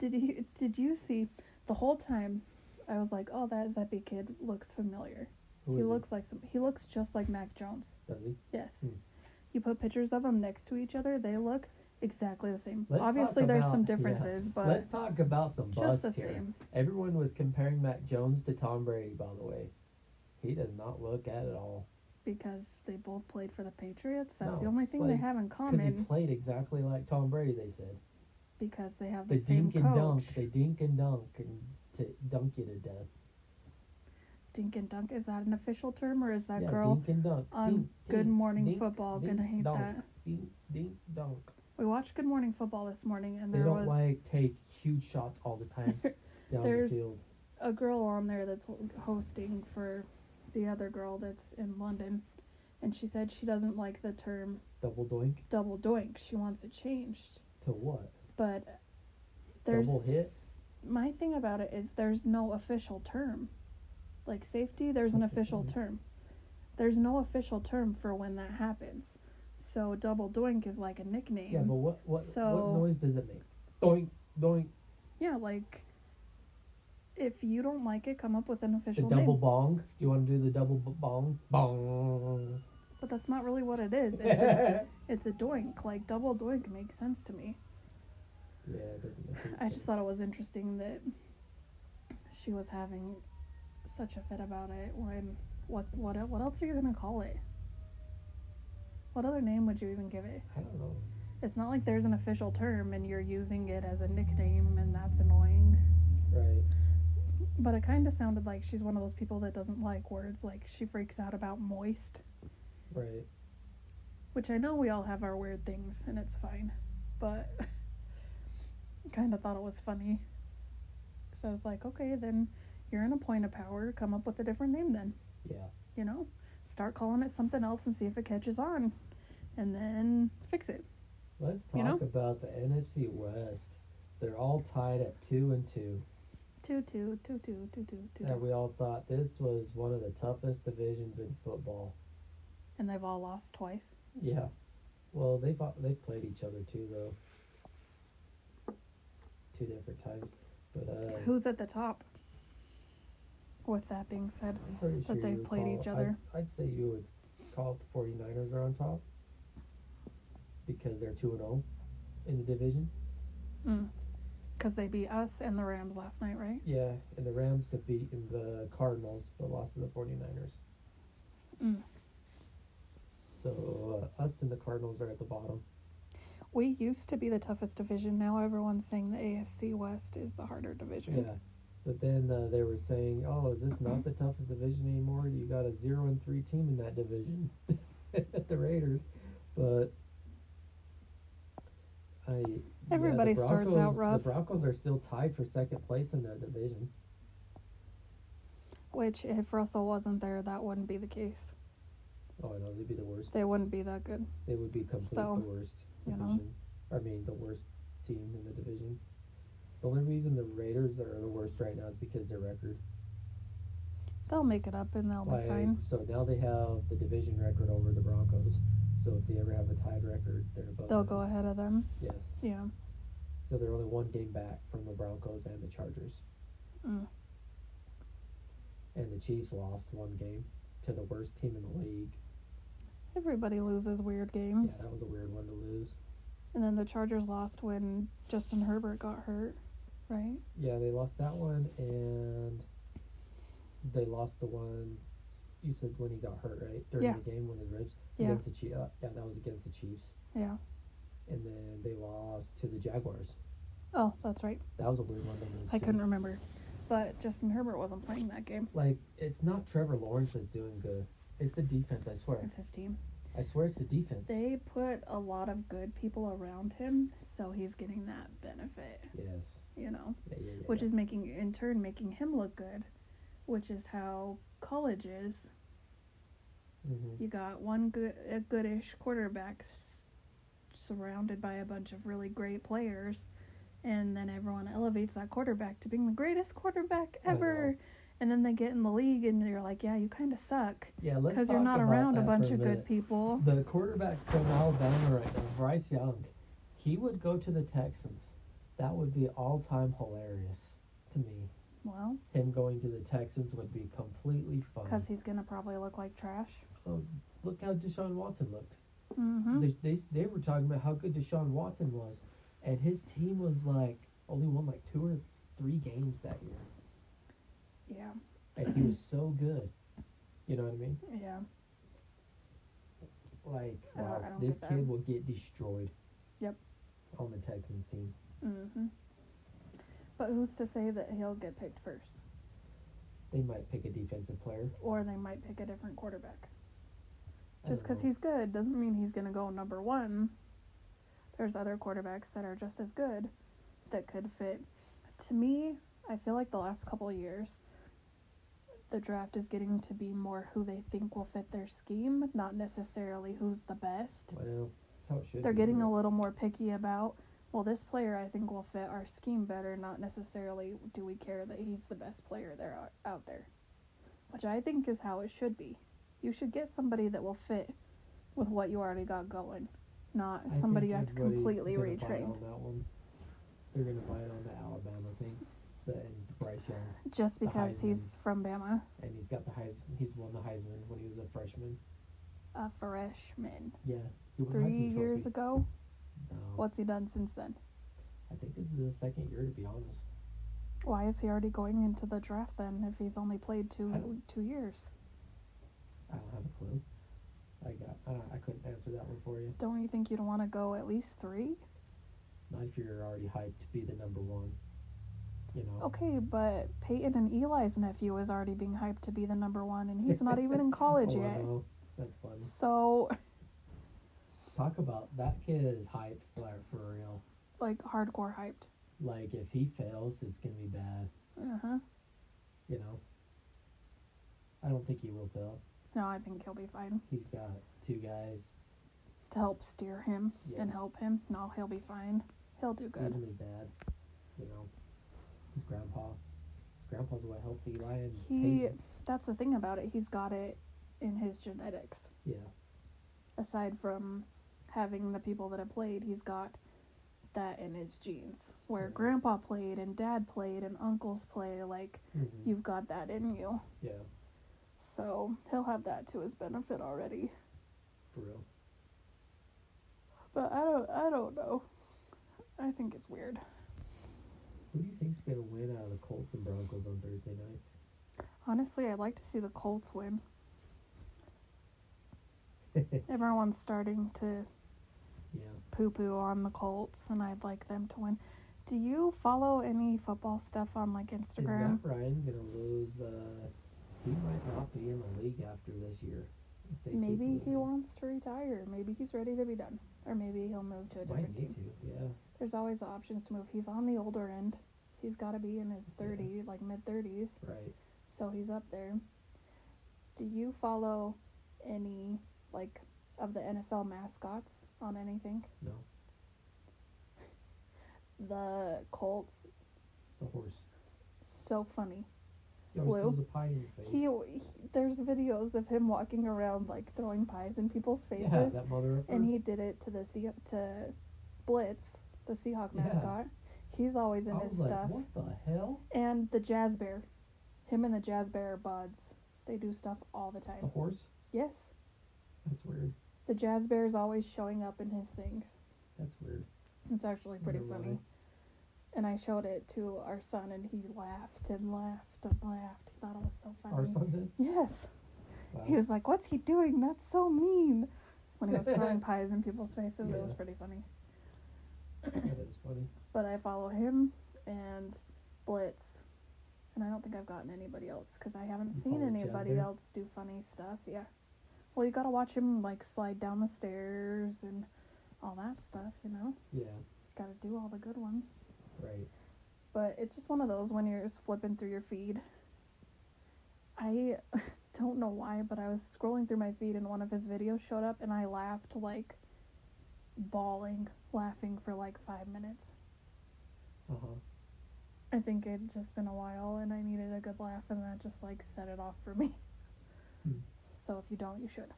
[SPEAKER 1] Did you did you see the whole time? I was like, oh, that Zeppy kid looks familiar.
[SPEAKER 2] Who
[SPEAKER 1] he
[SPEAKER 2] is
[SPEAKER 1] looks like some. He looks just like Mac Jones.
[SPEAKER 2] Does he?
[SPEAKER 1] Yes.
[SPEAKER 2] Hmm.
[SPEAKER 1] You put pictures of them next to each other. They look exactly the same.
[SPEAKER 2] Let's
[SPEAKER 1] Obviously,
[SPEAKER 2] talk
[SPEAKER 1] there's
[SPEAKER 2] about-
[SPEAKER 1] some
[SPEAKER 2] yeah.
[SPEAKER 1] differences,
[SPEAKER 2] Let's talk about some
[SPEAKER 1] but just the
[SPEAKER 2] busts here.
[SPEAKER 1] same.
[SPEAKER 2] Everyone was comparing Mac Jones to Tom Brady, by the way. He does not look at it all.
[SPEAKER 1] because they both played for the Patriots. That's the
[SPEAKER 2] No,
[SPEAKER 1] only thing
[SPEAKER 2] like,
[SPEAKER 1] they have in
[SPEAKER 2] Because he
[SPEAKER 1] common
[SPEAKER 2] played exactly like Tom Brady, they said.
[SPEAKER 1] because they have
[SPEAKER 2] They
[SPEAKER 1] the same
[SPEAKER 2] dink and
[SPEAKER 1] coach.
[SPEAKER 2] dunk. They dink and dunk and to dunk you to death.
[SPEAKER 1] Dink and dunk. Is that an official term or is that
[SPEAKER 2] yeah,
[SPEAKER 1] girl
[SPEAKER 2] dink and dunk.
[SPEAKER 1] on
[SPEAKER 2] dink,
[SPEAKER 1] Good
[SPEAKER 2] dink,
[SPEAKER 1] Morning
[SPEAKER 2] dink,
[SPEAKER 1] Football
[SPEAKER 2] dink,
[SPEAKER 1] gonna hate
[SPEAKER 2] dunk.
[SPEAKER 1] that?
[SPEAKER 2] Dink, dink, dunk.
[SPEAKER 1] We watched Good Morning Football this morning and
[SPEAKER 2] They
[SPEAKER 1] there was
[SPEAKER 2] don't like take huge shots all the time down the
[SPEAKER 1] There's-
[SPEAKER 2] field.
[SPEAKER 1] a girl on there that's hosting for the other girl that's in London, and she said she doesn't like the term
[SPEAKER 2] Double doink
[SPEAKER 1] double doink. She wants it changed,
[SPEAKER 2] to what?
[SPEAKER 1] but there's
[SPEAKER 2] Double hit.
[SPEAKER 1] my thing about it is there's no official term. Like safety, there's an official
[SPEAKER 2] Mm-hmm.
[SPEAKER 1] term. There's no official term for when that happens. So double doink is like a nickname.
[SPEAKER 2] Yeah, but what what
[SPEAKER 1] So-
[SPEAKER 2] what noise does it make? Doink doink.
[SPEAKER 1] Yeah, like if you don't like it, come up with an
[SPEAKER 2] The
[SPEAKER 1] official
[SPEAKER 2] double
[SPEAKER 1] name.
[SPEAKER 2] bong. Do you want to do the double b- bong? Bong.
[SPEAKER 1] But that's not really what it is. It's a,
[SPEAKER 2] yeah,
[SPEAKER 1] it's a doink. Like double doink makes sense to me.
[SPEAKER 2] it doesn't make any
[SPEAKER 1] I
[SPEAKER 2] sense.
[SPEAKER 1] just thought it was interesting that she was having such a fit about it. When what what el- what else are you gonna call it? What other name would you even give it?
[SPEAKER 2] I don't know.
[SPEAKER 1] It's not like there's an official term and you're using it as a nickname and that's annoying.
[SPEAKER 2] Right.
[SPEAKER 1] But it kind of sounded like she's one of those people that doesn't like words. Like she freaks out about moist,
[SPEAKER 2] Right.
[SPEAKER 1] which I know we all have our weird things and it's fine. But kind of thought it was funny. Because I was like, okay, then you're in a point of power. Come up with a different name then.
[SPEAKER 2] Yeah.
[SPEAKER 1] you know, start calling it something else and see if it catches on and then fix it.
[SPEAKER 2] Let's talk
[SPEAKER 1] You know?
[SPEAKER 2] about the NFC West. They're all tied at two and two,
[SPEAKER 1] Two, two, two, two, two, two, two.
[SPEAKER 2] and
[SPEAKER 1] two.
[SPEAKER 2] we all thought this was one of the toughest divisions in football.
[SPEAKER 1] And they've all lost twice.
[SPEAKER 2] Yeah. Well, they fought, they played each other too though. Two different times, but uh,
[SPEAKER 1] Who's at the top? With that being said,
[SPEAKER 2] I'm pretty
[SPEAKER 1] But
[SPEAKER 2] sure
[SPEAKER 1] they've
[SPEAKER 2] you would
[SPEAKER 1] played
[SPEAKER 2] call-
[SPEAKER 1] each other.
[SPEAKER 2] I'd, I'd say you would call it the 49ers are on top because they're two and zero in the division.
[SPEAKER 1] because mm. they beat us and the Rams last night, right?
[SPEAKER 2] Yeah, and the Rams have beaten the Cardinals but lost to the 49ers.
[SPEAKER 1] Mm.
[SPEAKER 2] So uh, us and the Cardinals are at the bottom.
[SPEAKER 1] We used to be the toughest division. Now everyone's saying the AFC West is the harder division.
[SPEAKER 2] Yeah, but then uh, they were saying, "Oh, is this not the toughest division anymore? You got a zero and three team in that division, the Raiders." But I yeah, the
[SPEAKER 1] Everybody starts out
[SPEAKER 2] Broncos-
[SPEAKER 1] rough.
[SPEAKER 2] The Broncos are still tied for second place in that division.
[SPEAKER 1] Which, if Russell wasn't there, that wouldn't be the case.
[SPEAKER 2] Oh no, they'd be the worst.
[SPEAKER 1] They wouldn't be that good.
[SPEAKER 2] They would be complete
[SPEAKER 1] So,
[SPEAKER 2] the worst
[SPEAKER 1] you know.
[SPEAKER 2] division. I mean, the worst team in the division. The only reason the Raiders are the worst right now is because their record.
[SPEAKER 1] They'll make it up and they'll
[SPEAKER 2] Like,
[SPEAKER 1] be fine.
[SPEAKER 2] So now they have the division record over the Broncos. So if they ever have a tied record, they're above.
[SPEAKER 1] They'll
[SPEAKER 2] them.
[SPEAKER 1] go ahead of them.
[SPEAKER 2] Yes.
[SPEAKER 1] Yeah.
[SPEAKER 2] So they're only one game back from the Broncos and the Chargers.
[SPEAKER 1] Mm.
[SPEAKER 2] And the Chiefs lost one game to the worst team in the league.
[SPEAKER 1] Everybody loses weird
[SPEAKER 2] Yeah,
[SPEAKER 1] games.
[SPEAKER 2] that was a weird one to lose.
[SPEAKER 1] And then the Chargers lost when Justin Herbert got hurt, right?
[SPEAKER 2] Yeah, they lost that one, and they lost the one you said when he got hurt, right? During
[SPEAKER 1] Yeah.
[SPEAKER 2] the game when his ribs
[SPEAKER 1] Yeah.
[SPEAKER 2] against the Chiefs. Uh, yeah, that was against the Chiefs.
[SPEAKER 1] Yeah.
[SPEAKER 2] And then they lost to the Jaguars.
[SPEAKER 1] Oh, that's right.
[SPEAKER 2] That was a weird one to lose.
[SPEAKER 1] I
[SPEAKER 2] too.
[SPEAKER 1] couldn't remember. But Justin Herbert wasn't playing that game.
[SPEAKER 2] like it's not Trevor Lawrence that's doing good. It's the defense, I swear.
[SPEAKER 1] It's his team.
[SPEAKER 2] I swear it's the defense.
[SPEAKER 1] They put a lot of good people around him, so he's getting that benefit,
[SPEAKER 2] yes.
[SPEAKER 1] you know,
[SPEAKER 2] Yeah, yeah, yeah,
[SPEAKER 1] which
[SPEAKER 2] yeah.
[SPEAKER 1] is making, in turn, making him look good, which is how college is.
[SPEAKER 2] Mhm.
[SPEAKER 1] You got one good, a goodish quarterback s- surrounded by a bunch of really great players, and then everyone elevates that quarterback to being the greatest quarterback
[SPEAKER 2] I know.
[SPEAKER 1] ever. And then they get in the league, and you're like, yeah, you kind of suck
[SPEAKER 2] Yeah, let's
[SPEAKER 1] because you're
[SPEAKER 2] talk
[SPEAKER 1] not
[SPEAKER 2] about
[SPEAKER 1] around a
[SPEAKER 2] that for
[SPEAKER 1] bunch of
[SPEAKER 2] minute.
[SPEAKER 1] good people.
[SPEAKER 2] The quarterback from Alabama right now, Bryce Young, he would go to the Texans. That would be all time hilarious to me.
[SPEAKER 1] Well,
[SPEAKER 2] Him going to the Texans would be completely fun.
[SPEAKER 1] because he's gonna probably look like trash.
[SPEAKER 2] Oh, look how Deshaun Watson looked.
[SPEAKER 1] Mm-hmm.
[SPEAKER 2] They, they, they were talking about how good Deshaun Watson was, and his team was like only won like two or three games that year,
[SPEAKER 1] yeah,
[SPEAKER 2] and he was so good. You know what I mean?
[SPEAKER 1] yeah.
[SPEAKER 2] Like
[SPEAKER 1] I don't-
[SPEAKER 2] wow,
[SPEAKER 1] I don't
[SPEAKER 2] this
[SPEAKER 1] get that.
[SPEAKER 2] kid will get destroyed.
[SPEAKER 1] Yep.
[SPEAKER 2] On the Texans team.
[SPEAKER 1] Mm-hmm. But who's to say that he'll get picked first,
[SPEAKER 2] They might pick a defensive player.
[SPEAKER 1] or they might pick a different quarterback?
[SPEAKER 2] I
[SPEAKER 1] Just
[SPEAKER 2] don't
[SPEAKER 1] because
[SPEAKER 2] know.
[SPEAKER 1] he's good doesn't mean he's gonna go number one. There's other quarterbacks that are just as good that could fit. To me, I feel like the last couple of years, the draft is getting to be more who they think will fit their scheme, not necessarily who's the best.
[SPEAKER 2] Well, that's how it should.
[SPEAKER 1] they're
[SPEAKER 2] be,
[SPEAKER 1] getting a
[SPEAKER 2] but
[SPEAKER 1] little more picky about well this player i think will fit our scheme better not necessarily do we care that he's the best player there are, out there which i think is how it should be you should get somebody that will fit with what you already got going not
[SPEAKER 2] I think
[SPEAKER 1] somebody you have to
[SPEAKER 2] everybody's
[SPEAKER 1] completely
[SPEAKER 2] gonna buy
[SPEAKER 1] retrain
[SPEAKER 2] On that one, they're gonna buy it on the Alabama thing, but and Bryce Young,
[SPEAKER 1] just
[SPEAKER 2] the
[SPEAKER 1] because he's
[SPEAKER 2] Heisman.
[SPEAKER 1] from bama
[SPEAKER 2] and he's got the Heisman. He's won the Heisman when he was a freshman.
[SPEAKER 1] a freshman
[SPEAKER 2] Yeah, he won the
[SPEAKER 1] three
[SPEAKER 2] Heisman
[SPEAKER 1] years
[SPEAKER 2] Trophy.
[SPEAKER 1] ago
[SPEAKER 2] No,
[SPEAKER 1] what's he done since then
[SPEAKER 2] I think this is his second year to be honest.
[SPEAKER 1] why is he already going into the draft then if he's only played
[SPEAKER 2] I
[SPEAKER 1] two
[SPEAKER 2] don't-
[SPEAKER 1] two years
[SPEAKER 2] I don't have a clue. I got. I don't. I couldn't answer that one for you.
[SPEAKER 1] don't you think you'd want to go at least three
[SPEAKER 2] Not if you're already hyped to be the number one. You know.
[SPEAKER 1] Okay, but Peyton and Eli's nephew is already being hyped to be the number one, and he's not even in college
[SPEAKER 2] Oh, I
[SPEAKER 1] yet.
[SPEAKER 2] know. That's funny.
[SPEAKER 1] So,
[SPEAKER 2] Talk about that kid is hyped for, for real.
[SPEAKER 1] like, hardcore hyped.
[SPEAKER 2] Like if he fails, it's gonna be bad.
[SPEAKER 1] Uh huh.
[SPEAKER 2] You know. I don't think he will fail.
[SPEAKER 1] No, I think he'll be fine.
[SPEAKER 2] He's got two guys,
[SPEAKER 1] To help steer him
[SPEAKER 2] Yeah. Mm-hmm.
[SPEAKER 1] and help him, no, he'll be fine. He'll do good.
[SPEAKER 2] even his dad. You know, his grandpa. His grandpa's what helped Eli and
[SPEAKER 1] He,
[SPEAKER 2] Peyton.
[SPEAKER 1] that's the thing about it, he's got it in his genetics.
[SPEAKER 2] Yeah,
[SPEAKER 1] Aside from having the people that have played, he's got that in his genes. Where
[SPEAKER 2] Right.
[SPEAKER 1] grandpa played and dad played and uncles play, like,
[SPEAKER 2] Mhm.
[SPEAKER 1] you've got that in you.
[SPEAKER 2] yeah,
[SPEAKER 1] So he'll have that to his benefit already.
[SPEAKER 2] for real.
[SPEAKER 1] But I don't I don't know. I think it's weird.
[SPEAKER 2] Who do you think's gonna win out of the Colts and Broncos on Thursday night?
[SPEAKER 1] Honestly, I'd like to see the Colts win. Everyone's starting to
[SPEAKER 2] Yeah,
[SPEAKER 1] poo poo on the Colts and I'd like them to win. Do you follow any football stuff on like
[SPEAKER 2] is
[SPEAKER 1] Instagram?
[SPEAKER 2] Matt Ryan gonna lose? Uh, he might not be in the league after this year. If they keep
[SPEAKER 1] Maybe he
[SPEAKER 2] losing.
[SPEAKER 1] wants to retire. Maybe he's ready to be done. Or maybe he'll move to a
[SPEAKER 2] Might
[SPEAKER 1] different
[SPEAKER 2] need
[SPEAKER 1] team.
[SPEAKER 2] to. Yeah,
[SPEAKER 1] There's always the options to move. He's on the older end. He's got to be in his 30, like mid 30s.
[SPEAKER 2] right.
[SPEAKER 1] So he's up there. Do you follow any like of the NFL mascots on anything?
[SPEAKER 2] No,
[SPEAKER 1] The Colts,
[SPEAKER 2] the horse.
[SPEAKER 1] so funny.
[SPEAKER 2] He always
[SPEAKER 1] Blue.
[SPEAKER 2] throws a pie in your face.
[SPEAKER 1] He, he there's videos of him walking around like throwing pies in people's faces,
[SPEAKER 2] Yeah, that mother.
[SPEAKER 1] and he did it to the sea to Blitz, the Seahawk
[SPEAKER 2] Yeah.
[SPEAKER 1] mascot. He's always in
[SPEAKER 2] I
[SPEAKER 1] his
[SPEAKER 2] was like,
[SPEAKER 1] stuff,
[SPEAKER 2] what the hell?
[SPEAKER 1] and the Jazz Bear, him and the Jazz Bear are buds. They do stuff all the
[SPEAKER 2] The
[SPEAKER 1] time.
[SPEAKER 2] horse?
[SPEAKER 1] Yes,
[SPEAKER 2] That's weird.
[SPEAKER 1] the Jazz Bear is always showing up in his things.
[SPEAKER 2] That's weird.
[SPEAKER 1] It's actually pretty
[SPEAKER 2] Never
[SPEAKER 1] funny.
[SPEAKER 2] mind.
[SPEAKER 1] And I showed it to our son, and he laughed and laughed and laughed. He thought it was so funny.
[SPEAKER 2] Or something.
[SPEAKER 1] Yes.
[SPEAKER 2] Wow.
[SPEAKER 1] He was like, What's he doing? That's so mean. When he was throwing pies in people's faces, it was
[SPEAKER 2] Yeah.
[SPEAKER 1] pretty funny.
[SPEAKER 2] that is funny.
[SPEAKER 1] But I follow him and Blitz. And I don't think I've gotten anybody else because I haven't
[SPEAKER 2] You
[SPEAKER 1] seen
[SPEAKER 2] follow Jazz
[SPEAKER 1] anybody
[SPEAKER 2] Bear?
[SPEAKER 1] else do funny stuff. Yeah. Well, you gotta watch him like slide down the stairs and all that stuff, you know?
[SPEAKER 2] Yeah,
[SPEAKER 1] Gotta do all the good ones.
[SPEAKER 2] right.
[SPEAKER 1] But it's just one of those when you're just flipping through your feed. I don't know why, but I was scrolling through my feed and one of his videos showed up and I laughed like bawling, laughing for like five minutes.
[SPEAKER 2] Uh huh.
[SPEAKER 1] I think it'd just been a while and I needed a good laugh and that just like set it off for me.
[SPEAKER 2] Hmm.
[SPEAKER 1] So if you don't, you should.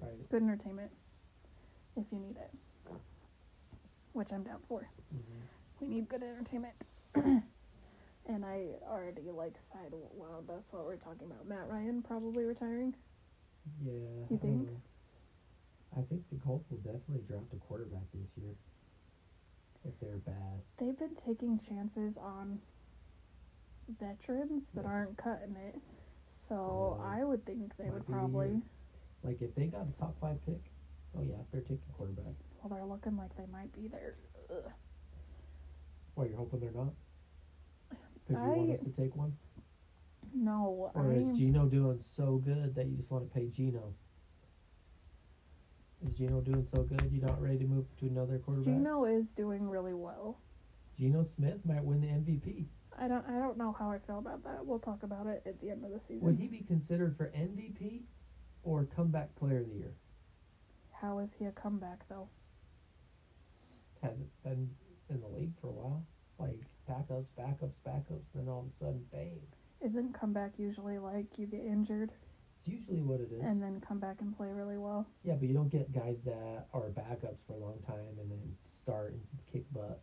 [SPEAKER 2] Right.
[SPEAKER 1] Good entertainment if you need it, which I'm down for.
[SPEAKER 2] Mm-hmm.
[SPEAKER 1] We need good entertainment. and I already like sighed out loud. That's what we're talking about. Matt Ryan probably retiring.
[SPEAKER 2] Yeah. I don't
[SPEAKER 1] think?
[SPEAKER 2] know. I think the Colts will definitely draft a quarterback this year. If they're bad.
[SPEAKER 1] They've been taking chances on veterans that
[SPEAKER 2] Yes.
[SPEAKER 1] aren't cutting it. So,
[SPEAKER 2] So,
[SPEAKER 1] I would think
[SPEAKER 2] this
[SPEAKER 1] they
[SPEAKER 2] might
[SPEAKER 1] would
[SPEAKER 2] be the year.
[SPEAKER 1] probably.
[SPEAKER 2] Like if they got a top five pick, oh yeah, they're taking quarterback.
[SPEAKER 1] Well, they're looking like they might be there. Ugh.
[SPEAKER 2] Well, you're hoping they're not. Because you want
[SPEAKER 1] I-
[SPEAKER 2] us to take one,
[SPEAKER 1] No,
[SPEAKER 2] or is
[SPEAKER 1] I-
[SPEAKER 2] Gino doing so good that you just want to pay Gino? Is Gino doing so good you're not ready to move to another quarterback?
[SPEAKER 1] Gino is doing really well.
[SPEAKER 2] Geno Smith might win the MVP.
[SPEAKER 1] I don't. I don't know how I feel about that. We'll talk about it at the end of the season.
[SPEAKER 2] Would he be considered for MVP or comeback player of the year?
[SPEAKER 1] How is he a comeback though?
[SPEAKER 2] Hasn't been in the league for a while. Like backups, backups, backups, then all of a sudden, bang!
[SPEAKER 1] Isn't comeback usually like you get injured
[SPEAKER 2] It's usually what it is.
[SPEAKER 1] and then come back and play really well?
[SPEAKER 2] yeah, but you don't get guys that are backups for a long time and then start and kick butt.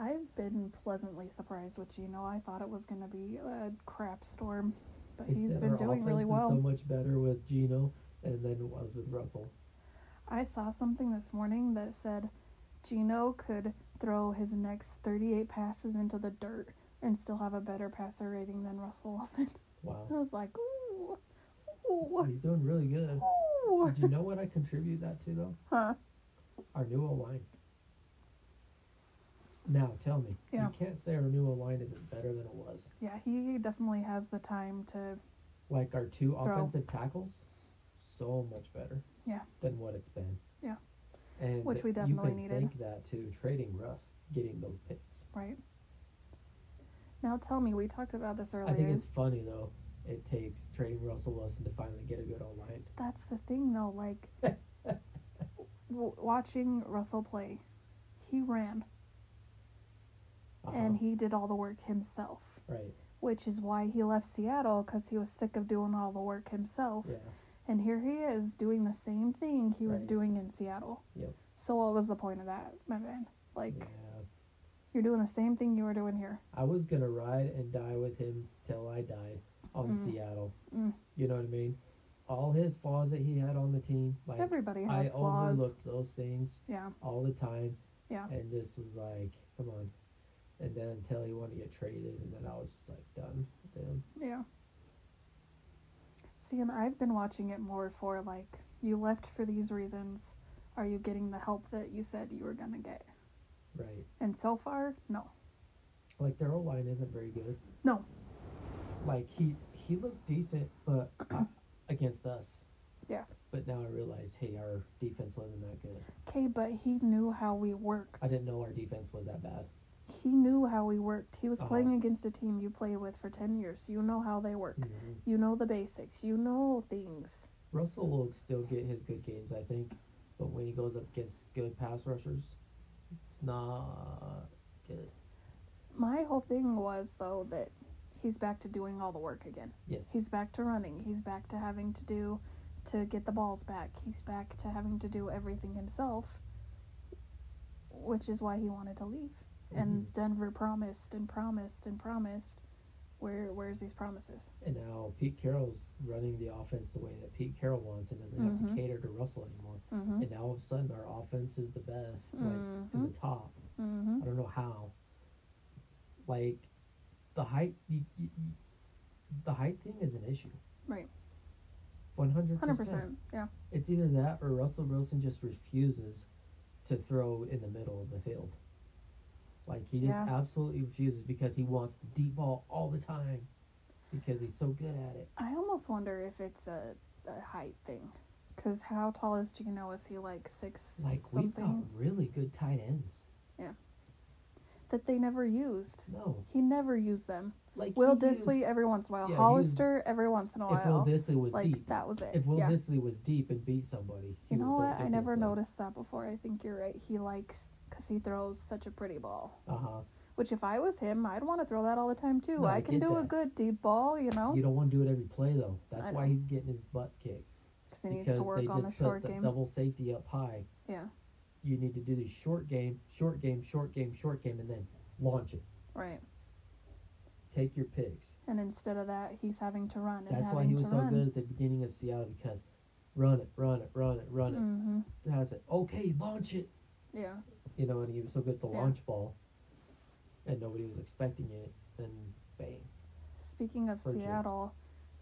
[SPEAKER 1] I've been pleasantly surprised with Gino. I thought it was going to be a crap storm, but
[SPEAKER 2] They
[SPEAKER 1] he's
[SPEAKER 2] said
[SPEAKER 1] been
[SPEAKER 2] our
[SPEAKER 1] doing really
[SPEAKER 2] offense is So
[SPEAKER 1] well.
[SPEAKER 2] much better with Gino and than it was with Russell.
[SPEAKER 1] I saw something this morning that said Gino could throw his next 38 passes into the dirt and still have a better passer rating than Russell Wilson. I
[SPEAKER 2] Wow,
[SPEAKER 1] was like, ooh, ooh,
[SPEAKER 2] he's doing really good.
[SPEAKER 1] ooh.
[SPEAKER 2] Did you know what I contribute that to though?
[SPEAKER 1] Huh.
[SPEAKER 2] Our new line. Now tell me,
[SPEAKER 1] Yeah.
[SPEAKER 2] you can't say our new line isn't better than it was.
[SPEAKER 1] Yeah, he definitely has the time to.
[SPEAKER 2] Like our two
[SPEAKER 1] Throw.
[SPEAKER 2] offensive tackles, so much better.
[SPEAKER 1] Yeah.
[SPEAKER 2] Than what it's been.
[SPEAKER 1] Yeah.
[SPEAKER 2] And
[SPEAKER 1] Which we
[SPEAKER 2] you
[SPEAKER 1] definitely
[SPEAKER 2] can
[SPEAKER 1] needed.
[SPEAKER 2] Thank that to trading Russ, getting those picks.
[SPEAKER 1] Right. Now tell me, we talked about this earlier.
[SPEAKER 2] I think it's funny though. It takes trading Russell Wilson to finally get a good O line.
[SPEAKER 1] That's the thing, though. Like w- watching Russell play, he ran
[SPEAKER 2] Uh-huh.
[SPEAKER 1] and he did all the work himself,
[SPEAKER 2] right.
[SPEAKER 1] which is why he left Seattle because he was sick of doing all the work himself.
[SPEAKER 2] Yeah.
[SPEAKER 1] And here he is doing the same thing he was
[SPEAKER 2] Right.
[SPEAKER 1] doing in Seattle.
[SPEAKER 2] Yep.
[SPEAKER 1] So what was the point of that, my man? Like
[SPEAKER 2] yeah.
[SPEAKER 1] you're doing the same thing you were doing here.
[SPEAKER 2] I was gonna ride and die with him till I died on
[SPEAKER 1] Mm.
[SPEAKER 2] Seattle.
[SPEAKER 1] Mm.
[SPEAKER 2] You know what I mean? All his flaws that he had on the team, like
[SPEAKER 1] Everybody
[SPEAKER 2] I
[SPEAKER 1] has flaws.
[SPEAKER 2] overlooked those things
[SPEAKER 1] Yeah,
[SPEAKER 2] all the time,
[SPEAKER 1] yeah.
[SPEAKER 2] and this was like, come on. And then until he wanted to get traded, and then I was just like done with him.
[SPEAKER 1] Yeah. See, and I've been watching it more for like, you left for these reasons. Are you getting the help that you said you were going to get?
[SPEAKER 2] Right?
[SPEAKER 1] And so far, no.
[SPEAKER 2] Like their O line isn't very good.
[SPEAKER 1] No.
[SPEAKER 2] Like he he looked decent, but against us.
[SPEAKER 1] Yeah.
[SPEAKER 2] But now I realize, hey, our defense wasn't that good.
[SPEAKER 1] Okay, but he knew how we worked.
[SPEAKER 2] I didn't know our defense was that bad.
[SPEAKER 1] He knew how we worked. He was
[SPEAKER 2] Uh-huh.
[SPEAKER 1] playing against a team you play with for 10 years. You know how they work.
[SPEAKER 2] Mhm.
[SPEAKER 1] You know the basics. You know things.
[SPEAKER 2] Russell will still get his good games, I think, but when he goes up against good pass rushers, it's not good.
[SPEAKER 1] My whole thing was, though, that he's back to doing all the work again.
[SPEAKER 2] Yes.
[SPEAKER 1] He's back to running. He's back to having to do to get the balls back. He's back to having to do everything himself, which is why he wanted to leave. And
[SPEAKER 2] Mm-hmm.
[SPEAKER 1] Denver promised and promised and promised. Where where's these promises?
[SPEAKER 2] and now Pete Carroll's running the offense the way that Pete Carroll wants and doesn't have
[SPEAKER 1] Mhm.
[SPEAKER 2] to cater to Russell anymore.
[SPEAKER 1] Mm-hmm.
[SPEAKER 2] And now all of a sudden our offense is the best, like
[SPEAKER 1] Mm-hmm.
[SPEAKER 2] in the top.
[SPEAKER 1] Mm-hmm.
[SPEAKER 2] I don't know how. Like the height, you, you, you- the height thing is an issue.
[SPEAKER 1] Right.
[SPEAKER 2] One hundred
[SPEAKER 1] Hundred
[SPEAKER 2] percent.
[SPEAKER 1] percent. Yeah.
[SPEAKER 2] It's either that or Russell Wilson just refuses to throw in the middle of the field. Like he just
[SPEAKER 1] Yeah.
[SPEAKER 2] absolutely refuses because he wants the deep ball all the time because he's so good at it.
[SPEAKER 1] I almost wonder if it's a a height thing. Because how tall is Gino? Is he like six
[SPEAKER 2] Like we've got
[SPEAKER 1] something
[SPEAKER 2] really good tight ends.
[SPEAKER 1] that they never used?
[SPEAKER 2] No,
[SPEAKER 1] He never used them.
[SPEAKER 2] like
[SPEAKER 1] Will
[SPEAKER 2] he
[SPEAKER 1] Disley
[SPEAKER 2] used-
[SPEAKER 1] every once in a while.
[SPEAKER 2] Yeah, he was-
[SPEAKER 1] Hollister every once in a
[SPEAKER 2] if Will
[SPEAKER 1] while.
[SPEAKER 2] Disley was
[SPEAKER 1] Like
[SPEAKER 2] deep,
[SPEAKER 1] that was it.
[SPEAKER 2] if Will
[SPEAKER 1] yeah.
[SPEAKER 2] Disley was deep and beat somebody, he
[SPEAKER 1] you know
[SPEAKER 2] would
[SPEAKER 1] what? I never
[SPEAKER 2] noticed.
[SPEAKER 1] noticed that before. I think you're right. He likes because he throws such a pretty ball.
[SPEAKER 2] Uh huh.
[SPEAKER 1] Which if I was him, I'd want to throw that all the time too.
[SPEAKER 2] No, I
[SPEAKER 1] I can
[SPEAKER 2] get
[SPEAKER 1] do a
[SPEAKER 2] that.
[SPEAKER 1] good deep ball, you know.
[SPEAKER 2] You don't want to do it every play though. That's
[SPEAKER 1] I
[SPEAKER 2] why
[SPEAKER 1] know.
[SPEAKER 2] he's getting his butt kicked
[SPEAKER 1] Because he needs
[SPEAKER 2] because
[SPEAKER 1] to
[SPEAKER 2] they
[SPEAKER 1] work
[SPEAKER 2] just
[SPEAKER 1] on the
[SPEAKER 2] put
[SPEAKER 1] short
[SPEAKER 2] the
[SPEAKER 1] game.
[SPEAKER 2] double safety up high.
[SPEAKER 1] Yeah.
[SPEAKER 2] You need to do the short game, short game, short game, short game, and then launch it.
[SPEAKER 1] Right.
[SPEAKER 2] Take your picks.
[SPEAKER 1] And instead of that, he's having to run and
[SPEAKER 2] That's
[SPEAKER 1] having
[SPEAKER 2] why he
[SPEAKER 1] to
[SPEAKER 2] was so
[SPEAKER 1] run.
[SPEAKER 2] good at the beginning of Seattle because run it, run it, run it, run it.
[SPEAKER 1] Mm-hmm.
[SPEAKER 2] And I was like, okay, launch it.
[SPEAKER 1] Yeah.
[SPEAKER 2] You know, and he was so good at the
[SPEAKER 1] Yeah.
[SPEAKER 2] launch ball, and nobody was expecting it, and bang.
[SPEAKER 1] Speaking of
[SPEAKER 2] Virgil.
[SPEAKER 1] Seattle,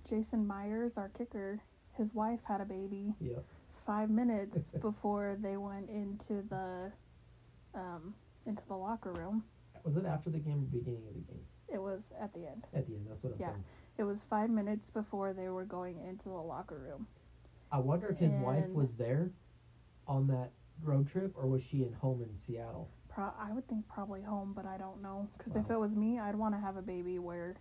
[SPEAKER 1] Jason Myers, our kicker, his wife had a baby
[SPEAKER 2] Yeah.
[SPEAKER 1] five minutes before they went into the um, into the locker room.
[SPEAKER 2] Was it after the game or beginning of the game?
[SPEAKER 1] It was at the end.
[SPEAKER 2] At the end, that's what I'm
[SPEAKER 1] Yeah.
[SPEAKER 2] thinking.
[SPEAKER 1] It was five minutes before they were going into the locker room.
[SPEAKER 2] I wonder if his wife
[SPEAKER 1] And-
[SPEAKER 2] was there on that road trip or was she in home in Seattle?
[SPEAKER 1] Pro- I would think probably home, but I don't know. Because if
[SPEAKER 2] Wow.
[SPEAKER 1] it was me, I'd want to have a baby where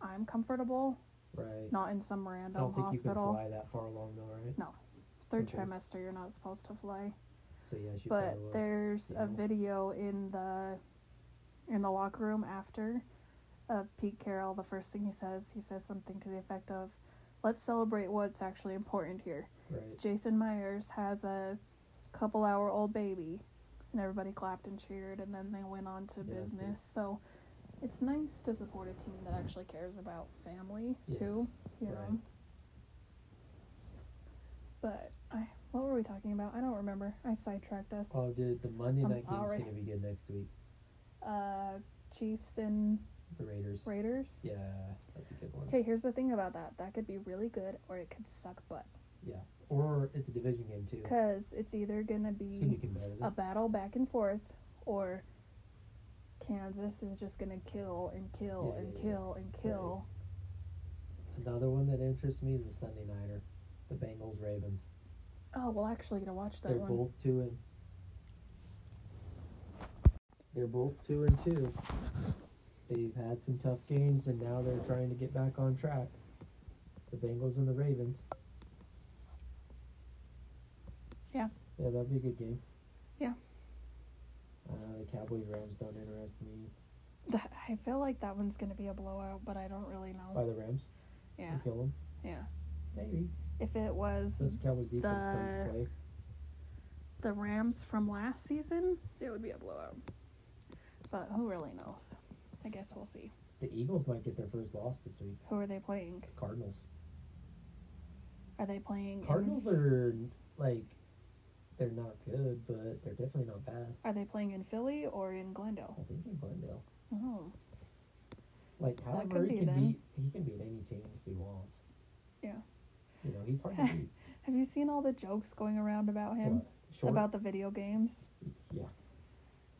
[SPEAKER 1] I'm comfortable,
[SPEAKER 2] Right.
[SPEAKER 1] not in some
[SPEAKER 2] I
[SPEAKER 1] random
[SPEAKER 2] don't think you can
[SPEAKER 1] hospital.
[SPEAKER 2] fly that far along though, right?
[SPEAKER 1] Third
[SPEAKER 2] Okay.
[SPEAKER 1] trimester, you're not supposed to fly.
[SPEAKER 2] So yeah, she
[SPEAKER 1] but
[SPEAKER 2] probably was.
[SPEAKER 1] there's a
[SPEAKER 2] Yeah.
[SPEAKER 1] video in the in the locker room after of Pete Carroll. The first thing he says, he says something to the effect of, "Let's celebrate what's actually important here."
[SPEAKER 2] Right.
[SPEAKER 1] Jason Myers has a couple hour old baby, and everybody clapped and cheered, and then they went on to
[SPEAKER 2] Yeah, that's good.
[SPEAKER 1] business. So it's nice to support a team that actually cares about family
[SPEAKER 2] Yes,
[SPEAKER 1] too, you
[SPEAKER 2] right.
[SPEAKER 1] know. But I, what were we talking about? I don't remember. I sidetracked us.
[SPEAKER 2] Oh dude, the Monday
[SPEAKER 1] I'm
[SPEAKER 2] night game's
[SPEAKER 1] sorry.
[SPEAKER 2] gonna be good next week.
[SPEAKER 1] Uh, Chiefs and
[SPEAKER 2] The Raiders.
[SPEAKER 1] Raiders.
[SPEAKER 2] Yeah, that's a good one.
[SPEAKER 1] Okay, here's the thing about that. That could be really good, or it could suck butt.
[SPEAKER 2] Or it's a division game too.
[SPEAKER 1] Cause it's either gonna
[SPEAKER 2] It's gonna be
[SPEAKER 1] be
[SPEAKER 2] competitive.
[SPEAKER 1] a battle back and forth, or Kansas is just gonna kill and kill
[SPEAKER 2] Yeah,
[SPEAKER 1] and
[SPEAKER 2] yeah, yeah.
[SPEAKER 1] kill and kill.
[SPEAKER 2] Another one that interests me is the Sunday nighter, the Bengals Ravens.
[SPEAKER 1] Oh, we'll actually get to watch that
[SPEAKER 2] They're
[SPEAKER 1] one.
[SPEAKER 2] both two and. They're both two and two. They've had some tough games and now they're trying to get back on track. The Bengals and the Ravens.
[SPEAKER 1] Yeah.
[SPEAKER 2] Yeah, that'd be a good game.
[SPEAKER 1] Yeah.
[SPEAKER 2] Uh, the Cowboys Rams don't interest me.
[SPEAKER 1] That, I feel like that one's gonna be a blowout, but I don't really know.
[SPEAKER 2] By the Rams,
[SPEAKER 1] Oh. Yeah,
[SPEAKER 2] and kill them.
[SPEAKER 1] yeah.
[SPEAKER 2] Maybe.
[SPEAKER 1] If it was
[SPEAKER 2] This Cowboys defense comes
[SPEAKER 1] Mm-hmm. The-
[SPEAKER 2] to play.
[SPEAKER 1] the Rams from last season, it would be a blowout. But who really knows? I guess we'll see.
[SPEAKER 2] The Eagles might get their first loss this week.
[SPEAKER 1] Who are they playing?
[SPEAKER 2] Cardinals.
[SPEAKER 1] Are they playing? in-
[SPEAKER 2] Cardinals are like they're not good, but they're definitely not bad.
[SPEAKER 1] Are they playing in Philly or in
[SPEAKER 2] I
[SPEAKER 1] Glendale?
[SPEAKER 2] think in Glendale,
[SPEAKER 1] Oh,
[SPEAKER 2] like Kyler
[SPEAKER 1] could
[SPEAKER 2] Murray
[SPEAKER 1] be
[SPEAKER 2] can
[SPEAKER 1] them.
[SPEAKER 2] beat he can beat any team if he wants.
[SPEAKER 1] Yeah.
[SPEAKER 2] You know he's hard to beat.
[SPEAKER 1] have you seen all the jokes going around about him
[SPEAKER 2] What? Short,
[SPEAKER 1] about the video games?
[SPEAKER 2] yeah,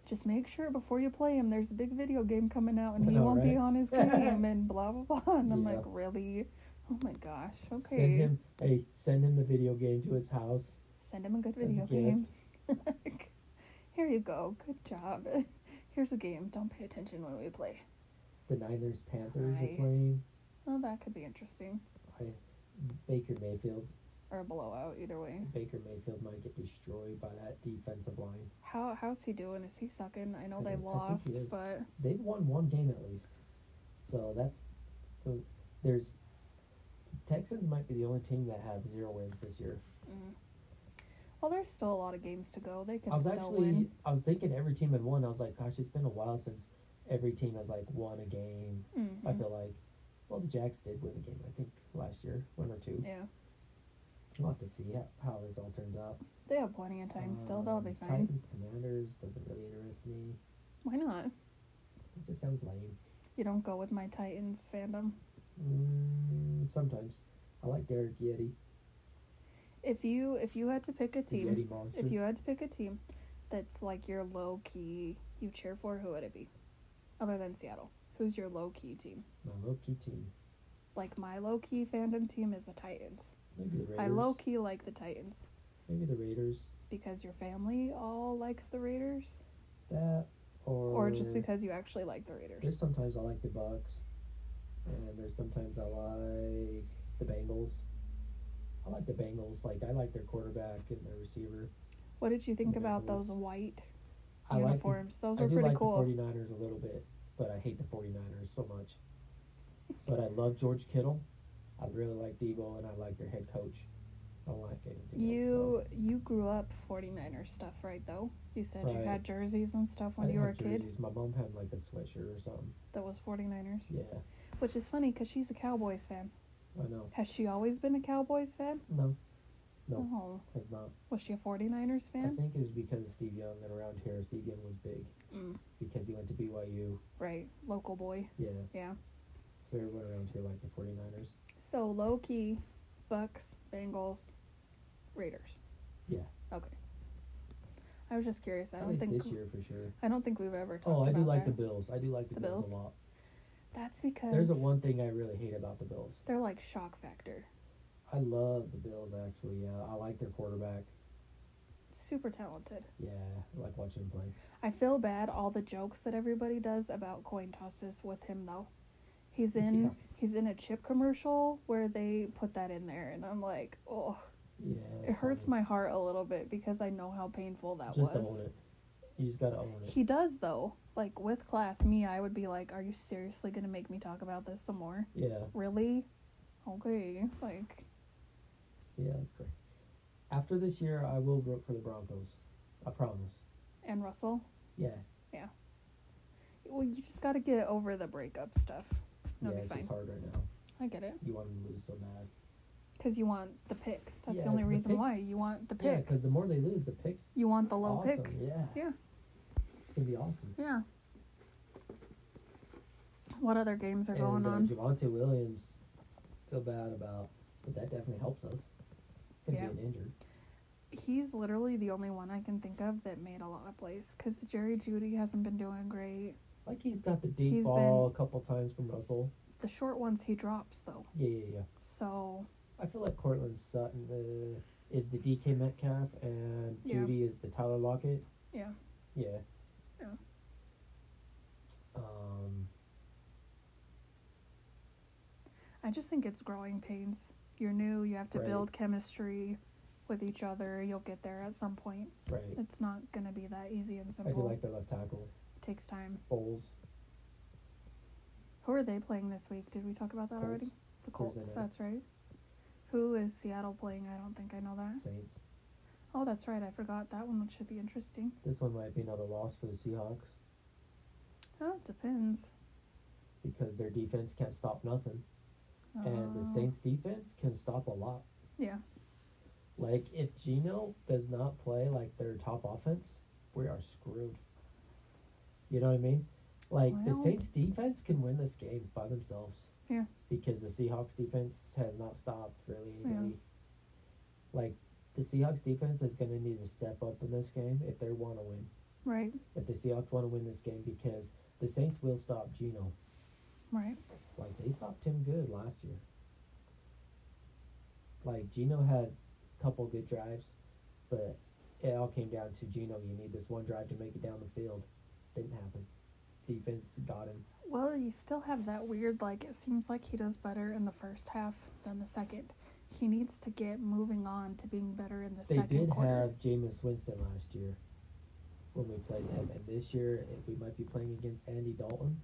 [SPEAKER 1] Just make sure before you play him, there's a big video game coming out, and
[SPEAKER 2] I
[SPEAKER 1] he
[SPEAKER 2] know,
[SPEAKER 1] won't be
[SPEAKER 2] right?
[SPEAKER 1] on his game, and blah blah blah. And I'm
[SPEAKER 2] Yeah.
[SPEAKER 1] like, really? Oh my gosh. Okay.
[SPEAKER 2] send him hey send him the video game to his house.
[SPEAKER 1] Send him a good
[SPEAKER 2] as a
[SPEAKER 1] video
[SPEAKER 2] gift.
[SPEAKER 1] game. Like, Here you go. Good job. Here's a game. Don't pay attention when we play.
[SPEAKER 2] The Niners Panthers
[SPEAKER 1] Right.
[SPEAKER 2] are playing.
[SPEAKER 1] Well, that could be interesting.
[SPEAKER 2] I, Baker Mayfield
[SPEAKER 1] Or a blowout, either way.
[SPEAKER 2] Baker Mayfield might get destroyed by that defensive line.
[SPEAKER 1] How how's he doing? Is he sucking? I know
[SPEAKER 2] I
[SPEAKER 1] they've
[SPEAKER 2] don't- I think
[SPEAKER 1] lost,
[SPEAKER 2] he is.
[SPEAKER 1] but
[SPEAKER 2] They've won one game at least, so that's so there's. Texans might be the only team that have zero wins this year.
[SPEAKER 1] mm. well, there's still a lot of games to go. They can
[SPEAKER 2] I was
[SPEAKER 1] still
[SPEAKER 2] actually
[SPEAKER 1] win.
[SPEAKER 2] I was thinking every team had won. I was like, gosh, it's been a while since every team has like won a game.
[SPEAKER 1] Mhm.
[SPEAKER 2] I feel like, well, the Jacks did win a game I think last year, one or two.
[SPEAKER 1] Yeah,
[SPEAKER 2] We'll have to see how, how this all turns out.
[SPEAKER 1] they have plenty of time still. They'll be
[SPEAKER 2] Um,
[SPEAKER 1] fine.
[SPEAKER 2] Titans Commanders doesn't really interest me.
[SPEAKER 1] Why not?
[SPEAKER 2] It just sounds lame.
[SPEAKER 1] You don't go with my Titans fandom.
[SPEAKER 2] Mm, sometimes I like Derek Yeti,
[SPEAKER 1] If you if you had to pick a
[SPEAKER 2] the
[SPEAKER 1] team,
[SPEAKER 2] Yeti monster.
[SPEAKER 1] If you had to pick a team that's like your low key you cheer for, who would it be? Other than Seattle. Who's your low key team?
[SPEAKER 2] My low key team.
[SPEAKER 1] Like my low key fandom team is the Titans.
[SPEAKER 2] Maybe the Raiders.
[SPEAKER 1] I low key like the Titans
[SPEAKER 2] Maybe the Raiders.
[SPEAKER 1] because your family all likes the Raiders,
[SPEAKER 2] That or
[SPEAKER 1] or just because you actually like the Raiders.
[SPEAKER 2] there's sometimes I like the Bucks, and there's sometimes I like the Bengals. I like the Bengals. Like I like their quarterback and their receiver.
[SPEAKER 1] What did you think
[SPEAKER 2] the
[SPEAKER 1] about
[SPEAKER 2] Bengals.
[SPEAKER 1] those white
[SPEAKER 2] I like the
[SPEAKER 1] uniforms? those
[SPEAKER 2] I
[SPEAKER 1] were
[SPEAKER 2] do
[SPEAKER 1] pretty
[SPEAKER 2] like
[SPEAKER 1] cool.
[SPEAKER 2] the 49ers a little bit, but I hate the 49ers so much. But I love George Kittle. I really like Debo, and I like their head coach. I don't like anything
[SPEAKER 1] You you grew up 49er stuff, right? Though you said
[SPEAKER 2] Right.
[SPEAKER 1] you had jerseys and stuff
[SPEAKER 2] else. So. I
[SPEAKER 1] when you
[SPEAKER 2] didn't
[SPEAKER 1] were a
[SPEAKER 2] have
[SPEAKER 1] kid
[SPEAKER 2] jerseys. My mom had like a sweatshirt or something.
[SPEAKER 1] that was 49ers,
[SPEAKER 2] Yeah,
[SPEAKER 1] which is funny because she's a Cowboys fan.
[SPEAKER 2] I know.
[SPEAKER 1] Has she always been a Cowboys fan?
[SPEAKER 2] No, No.
[SPEAKER 1] Oh,
[SPEAKER 2] it's not.
[SPEAKER 1] was she a 49ers
[SPEAKER 2] I
[SPEAKER 1] fan?
[SPEAKER 2] think it was because Steve Young and around here, Steve Young was big
[SPEAKER 1] Mm,
[SPEAKER 2] because he went to BYU.
[SPEAKER 1] right, local boy.
[SPEAKER 2] Yeah,
[SPEAKER 1] Yeah.
[SPEAKER 2] so everyone around here liked the 49ers.
[SPEAKER 1] So low key, Bucks, Bengals, Raiders.
[SPEAKER 2] Yeah.
[SPEAKER 1] Okay. I was just curious. I
[SPEAKER 2] At
[SPEAKER 1] don't
[SPEAKER 2] least
[SPEAKER 1] think
[SPEAKER 2] this year for sure.
[SPEAKER 1] I don't think we've ever talked
[SPEAKER 2] Oh, I
[SPEAKER 1] about
[SPEAKER 2] do like
[SPEAKER 1] that.
[SPEAKER 2] the Bills. I do like the,
[SPEAKER 1] The
[SPEAKER 2] Bills a
[SPEAKER 1] Bills?
[SPEAKER 2] lot.
[SPEAKER 1] That's because
[SPEAKER 2] There's a one thing I really hate about the Bills.
[SPEAKER 1] they're like shock factor.
[SPEAKER 2] I love the Bills actually. Yeah, I like their quarterback.
[SPEAKER 1] Super talented.
[SPEAKER 2] Yeah, I like watching him play.
[SPEAKER 1] I feel bad all the jokes that everybody does about coin tosses with him though. He's in
[SPEAKER 2] Yeah.
[SPEAKER 1] he's in a chip commercial where they put that in there and I'm like, oh
[SPEAKER 2] Yeah,
[SPEAKER 1] it hurts my heart a little bit because I know how painful that
[SPEAKER 2] Just
[SPEAKER 1] was.
[SPEAKER 2] own it. You just gotta own it.
[SPEAKER 1] He does though. Like with class, me, I would be like, "Are you seriously gonna make me talk about this some more?
[SPEAKER 2] Yeah,
[SPEAKER 1] Really? Okay." Like,
[SPEAKER 2] yeah, that's crazy. After this year, I will root for the Broncos. I promise.
[SPEAKER 1] and Russell,
[SPEAKER 2] Yeah,
[SPEAKER 1] well, you just gotta get over the breakup stuff. It'll
[SPEAKER 2] yeah,
[SPEAKER 1] be
[SPEAKER 2] it's
[SPEAKER 1] fine.
[SPEAKER 2] just hard right now.
[SPEAKER 1] I get it.
[SPEAKER 2] You want them to lose so bad.
[SPEAKER 1] Cause you want the pick. That's
[SPEAKER 2] Yeah,
[SPEAKER 1] the only
[SPEAKER 2] the
[SPEAKER 1] reason why
[SPEAKER 2] picks.
[SPEAKER 1] you want the
[SPEAKER 2] Yeah,
[SPEAKER 1] pick.
[SPEAKER 2] because the more they lose, the picks.
[SPEAKER 1] you want the low
[SPEAKER 2] awesome.
[SPEAKER 1] pick.
[SPEAKER 2] Yeah.
[SPEAKER 1] Yeah.
[SPEAKER 2] It's gonna be awesome.
[SPEAKER 1] Yeah. What other games are going
[SPEAKER 2] and uh,
[SPEAKER 1] on?
[SPEAKER 2] Javante Williams, feel bad about, but that definitely helps us. From
[SPEAKER 1] Yeah.
[SPEAKER 2] getting injured.
[SPEAKER 1] He's literally the only one I can think of that made a lot of plays. Cause Jerry Judy hasn't been doing great.
[SPEAKER 2] Like he's got the deep
[SPEAKER 1] He's
[SPEAKER 2] ball a couple times from Russell.
[SPEAKER 1] The short ones he drops though.
[SPEAKER 2] Yeah, yeah, yeah.
[SPEAKER 1] So
[SPEAKER 2] I feel like Cortland Sutton uh, is the DK Metcalf and
[SPEAKER 1] Yeah.
[SPEAKER 2] Judy is the Tyler Lockett.
[SPEAKER 1] Yeah.
[SPEAKER 2] Yeah.
[SPEAKER 1] Yeah.
[SPEAKER 2] Um,
[SPEAKER 1] I just think it's growing pains. You're new, you have to
[SPEAKER 2] Right.
[SPEAKER 1] build chemistry with each other. You'll get there at some point.
[SPEAKER 2] right.
[SPEAKER 1] It's not going to be that easy and
[SPEAKER 2] I do
[SPEAKER 1] simple.
[SPEAKER 2] like their left tackle,
[SPEAKER 1] takes time.
[SPEAKER 2] Bowles.
[SPEAKER 1] Who are they playing this week? Did we talk about that
[SPEAKER 2] Colts.
[SPEAKER 1] already? The
[SPEAKER 2] Thursday
[SPEAKER 1] Colts,
[SPEAKER 2] night.
[SPEAKER 1] that's right. Who is Seattle playing? I don't think I know that.
[SPEAKER 2] Saints.
[SPEAKER 1] Oh, that's right. I forgot. That one should be interesting.
[SPEAKER 2] This one might be another loss for the Seahawks
[SPEAKER 1] Oh, it depends.
[SPEAKER 2] because their defense can't stop nothing, and the
[SPEAKER 1] Uh,
[SPEAKER 2] Saints defense can stop a lot.
[SPEAKER 1] Yeah.
[SPEAKER 2] Like if Geno does not play like their top offense, we are screwed. You know what I mean? Like the
[SPEAKER 1] Well-
[SPEAKER 2] Saints defense can win this game by themselves.
[SPEAKER 1] Yeah.
[SPEAKER 2] Because the Seahawks defense has not stopped really anybody. Like the Seahawks defense is going to need to step up in this game if they want to win.
[SPEAKER 1] Right.
[SPEAKER 2] If the Seahawks want to win this game because the Saints will stop Geno.
[SPEAKER 1] Right.
[SPEAKER 2] Like they stopped him good last year. Like Gino had a couple good drives, but it all came down to Gino. You need this one drive to make it down the field. Didn't happen. Defense got him.
[SPEAKER 1] Well, you still have that weird, like, it seems like he does better in the first half than the second. He needs to get moving on to being better in the
[SPEAKER 2] They
[SPEAKER 1] second
[SPEAKER 2] did
[SPEAKER 1] quarter.
[SPEAKER 2] have Jameis Winston last year when we played them, and this year if we might be playing against Andy Dalton.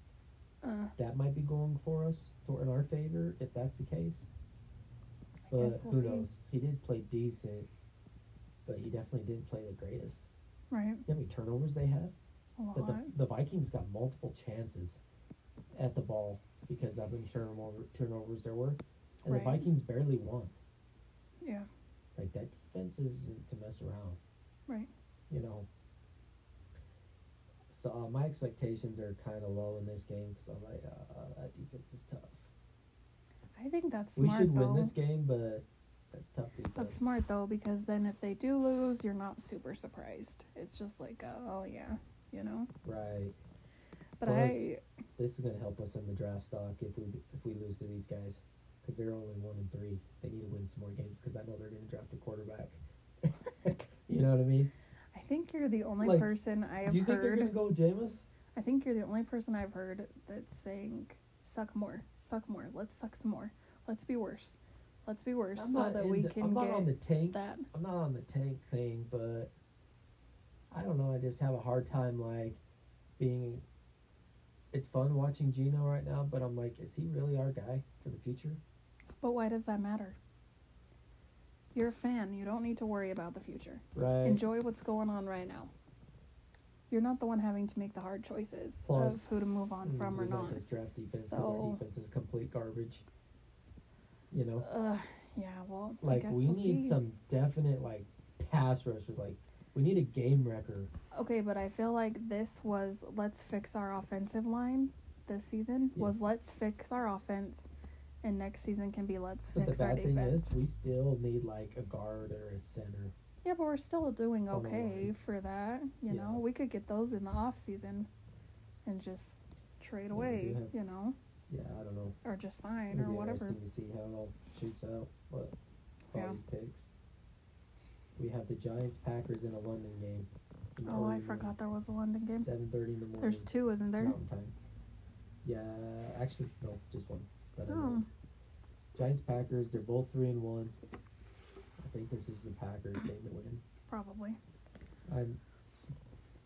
[SPEAKER 1] uh,
[SPEAKER 2] That might be going for us or in our favor if that's the case.
[SPEAKER 1] I
[SPEAKER 2] But
[SPEAKER 1] guess we'll
[SPEAKER 2] who
[SPEAKER 1] see.
[SPEAKER 2] knows? He did play decent, but he definitely didn't play the greatest.
[SPEAKER 1] Right.
[SPEAKER 2] You know how many turnovers they had?
[SPEAKER 1] A lot.
[SPEAKER 2] But the, the Vikings got multiple chances at the ball because of the turnover, turnovers there were. And
[SPEAKER 1] Right.
[SPEAKER 2] the Vikings barely won.
[SPEAKER 1] yeah.
[SPEAKER 2] Like, that defense isn't to mess around.
[SPEAKER 1] Right.
[SPEAKER 2] You know? So, uh, my expectations are kind of low in this game because I'm like, uh, uh, that defense is tough.
[SPEAKER 1] I think that's
[SPEAKER 2] we
[SPEAKER 1] smart
[SPEAKER 2] should
[SPEAKER 1] though.
[SPEAKER 2] win this game, but that's tough defense.
[SPEAKER 1] That's smart though because then if they do lose, you're not super surprised. It's just like, uh, oh yeah, you know.
[SPEAKER 2] Right.
[SPEAKER 1] But
[SPEAKER 2] Plus-
[SPEAKER 1] I
[SPEAKER 2] This is going to help us in the draft stock if we if we lose to these guys. because they're only one and three. They need to win some more games because I know they're going to draft a quarterback. you know what I mean?
[SPEAKER 1] I think you're the only
[SPEAKER 2] Like,
[SPEAKER 1] person I have
[SPEAKER 2] Do you think they're
[SPEAKER 1] heard.
[SPEAKER 2] going to go with Jameis?
[SPEAKER 1] I think you're the only person I've heard that's saying, "Suck more, suck more. Let's suck some more. Let's be worse. Let's be worse,
[SPEAKER 2] I'm
[SPEAKER 1] so
[SPEAKER 2] not,
[SPEAKER 1] that
[SPEAKER 2] in
[SPEAKER 1] we
[SPEAKER 2] the-
[SPEAKER 1] can
[SPEAKER 2] I'm not
[SPEAKER 1] get
[SPEAKER 2] on the tank.
[SPEAKER 1] that."
[SPEAKER 2] I'm not on the tank thing, but I don't know. I just have a hard time like being. It's fun watching Gino right now, but I'm like, is he really our guy for the future?
[SPEAKER 1] But why does that matter? You're a fan. You don't need to worry about the future.
[SPEAKER 2] Right.
[SPEAKER 1] Enjoy what's going on right now. You're not the one having to make the hard choices
[SPEAKER 2] Plus,
[SPEAKER 1] of who to move on
[SPEAKER 2] Mm,
[SPEAKER 1] from or
[SPEAKER 2] we like
[SPEAKER 1] not.
[SPEAKER 2] This draft defense because our
[SPEAKER 1] So-
[SPEAKER 2] defense is complete garbage. You know,
[SPEAKER 1] Ugh, yeah. Well, I
[SPEAKER 2] like
[SPEAKER 1] guess
[SPEAKER 2] we
[SPEAKER 1] we'll
[SPEAKER 2] need
[SPEAKER 1] see.
[SPEAKER 2] some definite like pass rushers. Like we need a game wrecker.
[SPEAKER 1] Okay, but I feel like this was let's fix our offensive line this season was
[SPEAKER 2] Yes.
[SPEAKER 1] let's fix our offense and next season can be let's
[SPEAKER 2] But the
[SPEAKER 1] fix our
[SPEAKER 2] bad thing
[SPEAKER 1] defense.
[SPEAKER 2] is, we still need like a guard or a center.
[SPEAKER 1] yeah, but we're still doing
[SPEAKER 2] On the
[SPEAKER 1] okay
[SPEAKER 2] line.
[SPEAKER 1] for that, you know.
[SPEAKER 2] Yeah.
[SPEAKER 1] We could get those in the off season and just trade
[SPEAKER 2] do
[SPEAKER 1] away,
[SPEAKER 2] have-
[SPEAKER 1] you know,
[SPEAKER 2] Yeah, I don't know.
[SPEAKER 1] or just sign
[SPEAKER 2] It'll
[SPEAKER 1] or
[SPEAKER 2] be
[SPEAKER 1] whatever.
[SPEAKER 2] Interesting to see how it all shoots out. What all
[SPEAKER 1] Yeah.
[SPEAKER 2] these picks. We have the Giants Packers in a London game.
[SPEAKER 1] Oh, I forgot there was a London game.
[SPEAKER 2] Seven thirty in the morning.
[SPEAKER 1] There's two, isn't there?
[SPEAKER 2] Mountain time. Yeah, actually, no, just one. That I know of.
[SPEAKER 1] Oh,
[SPEAKER 2] Giants Packers. They're both three and one. I think this is the Packers game to win.
[SPEAKER 1] probably.
[SPEAKER 2] I'm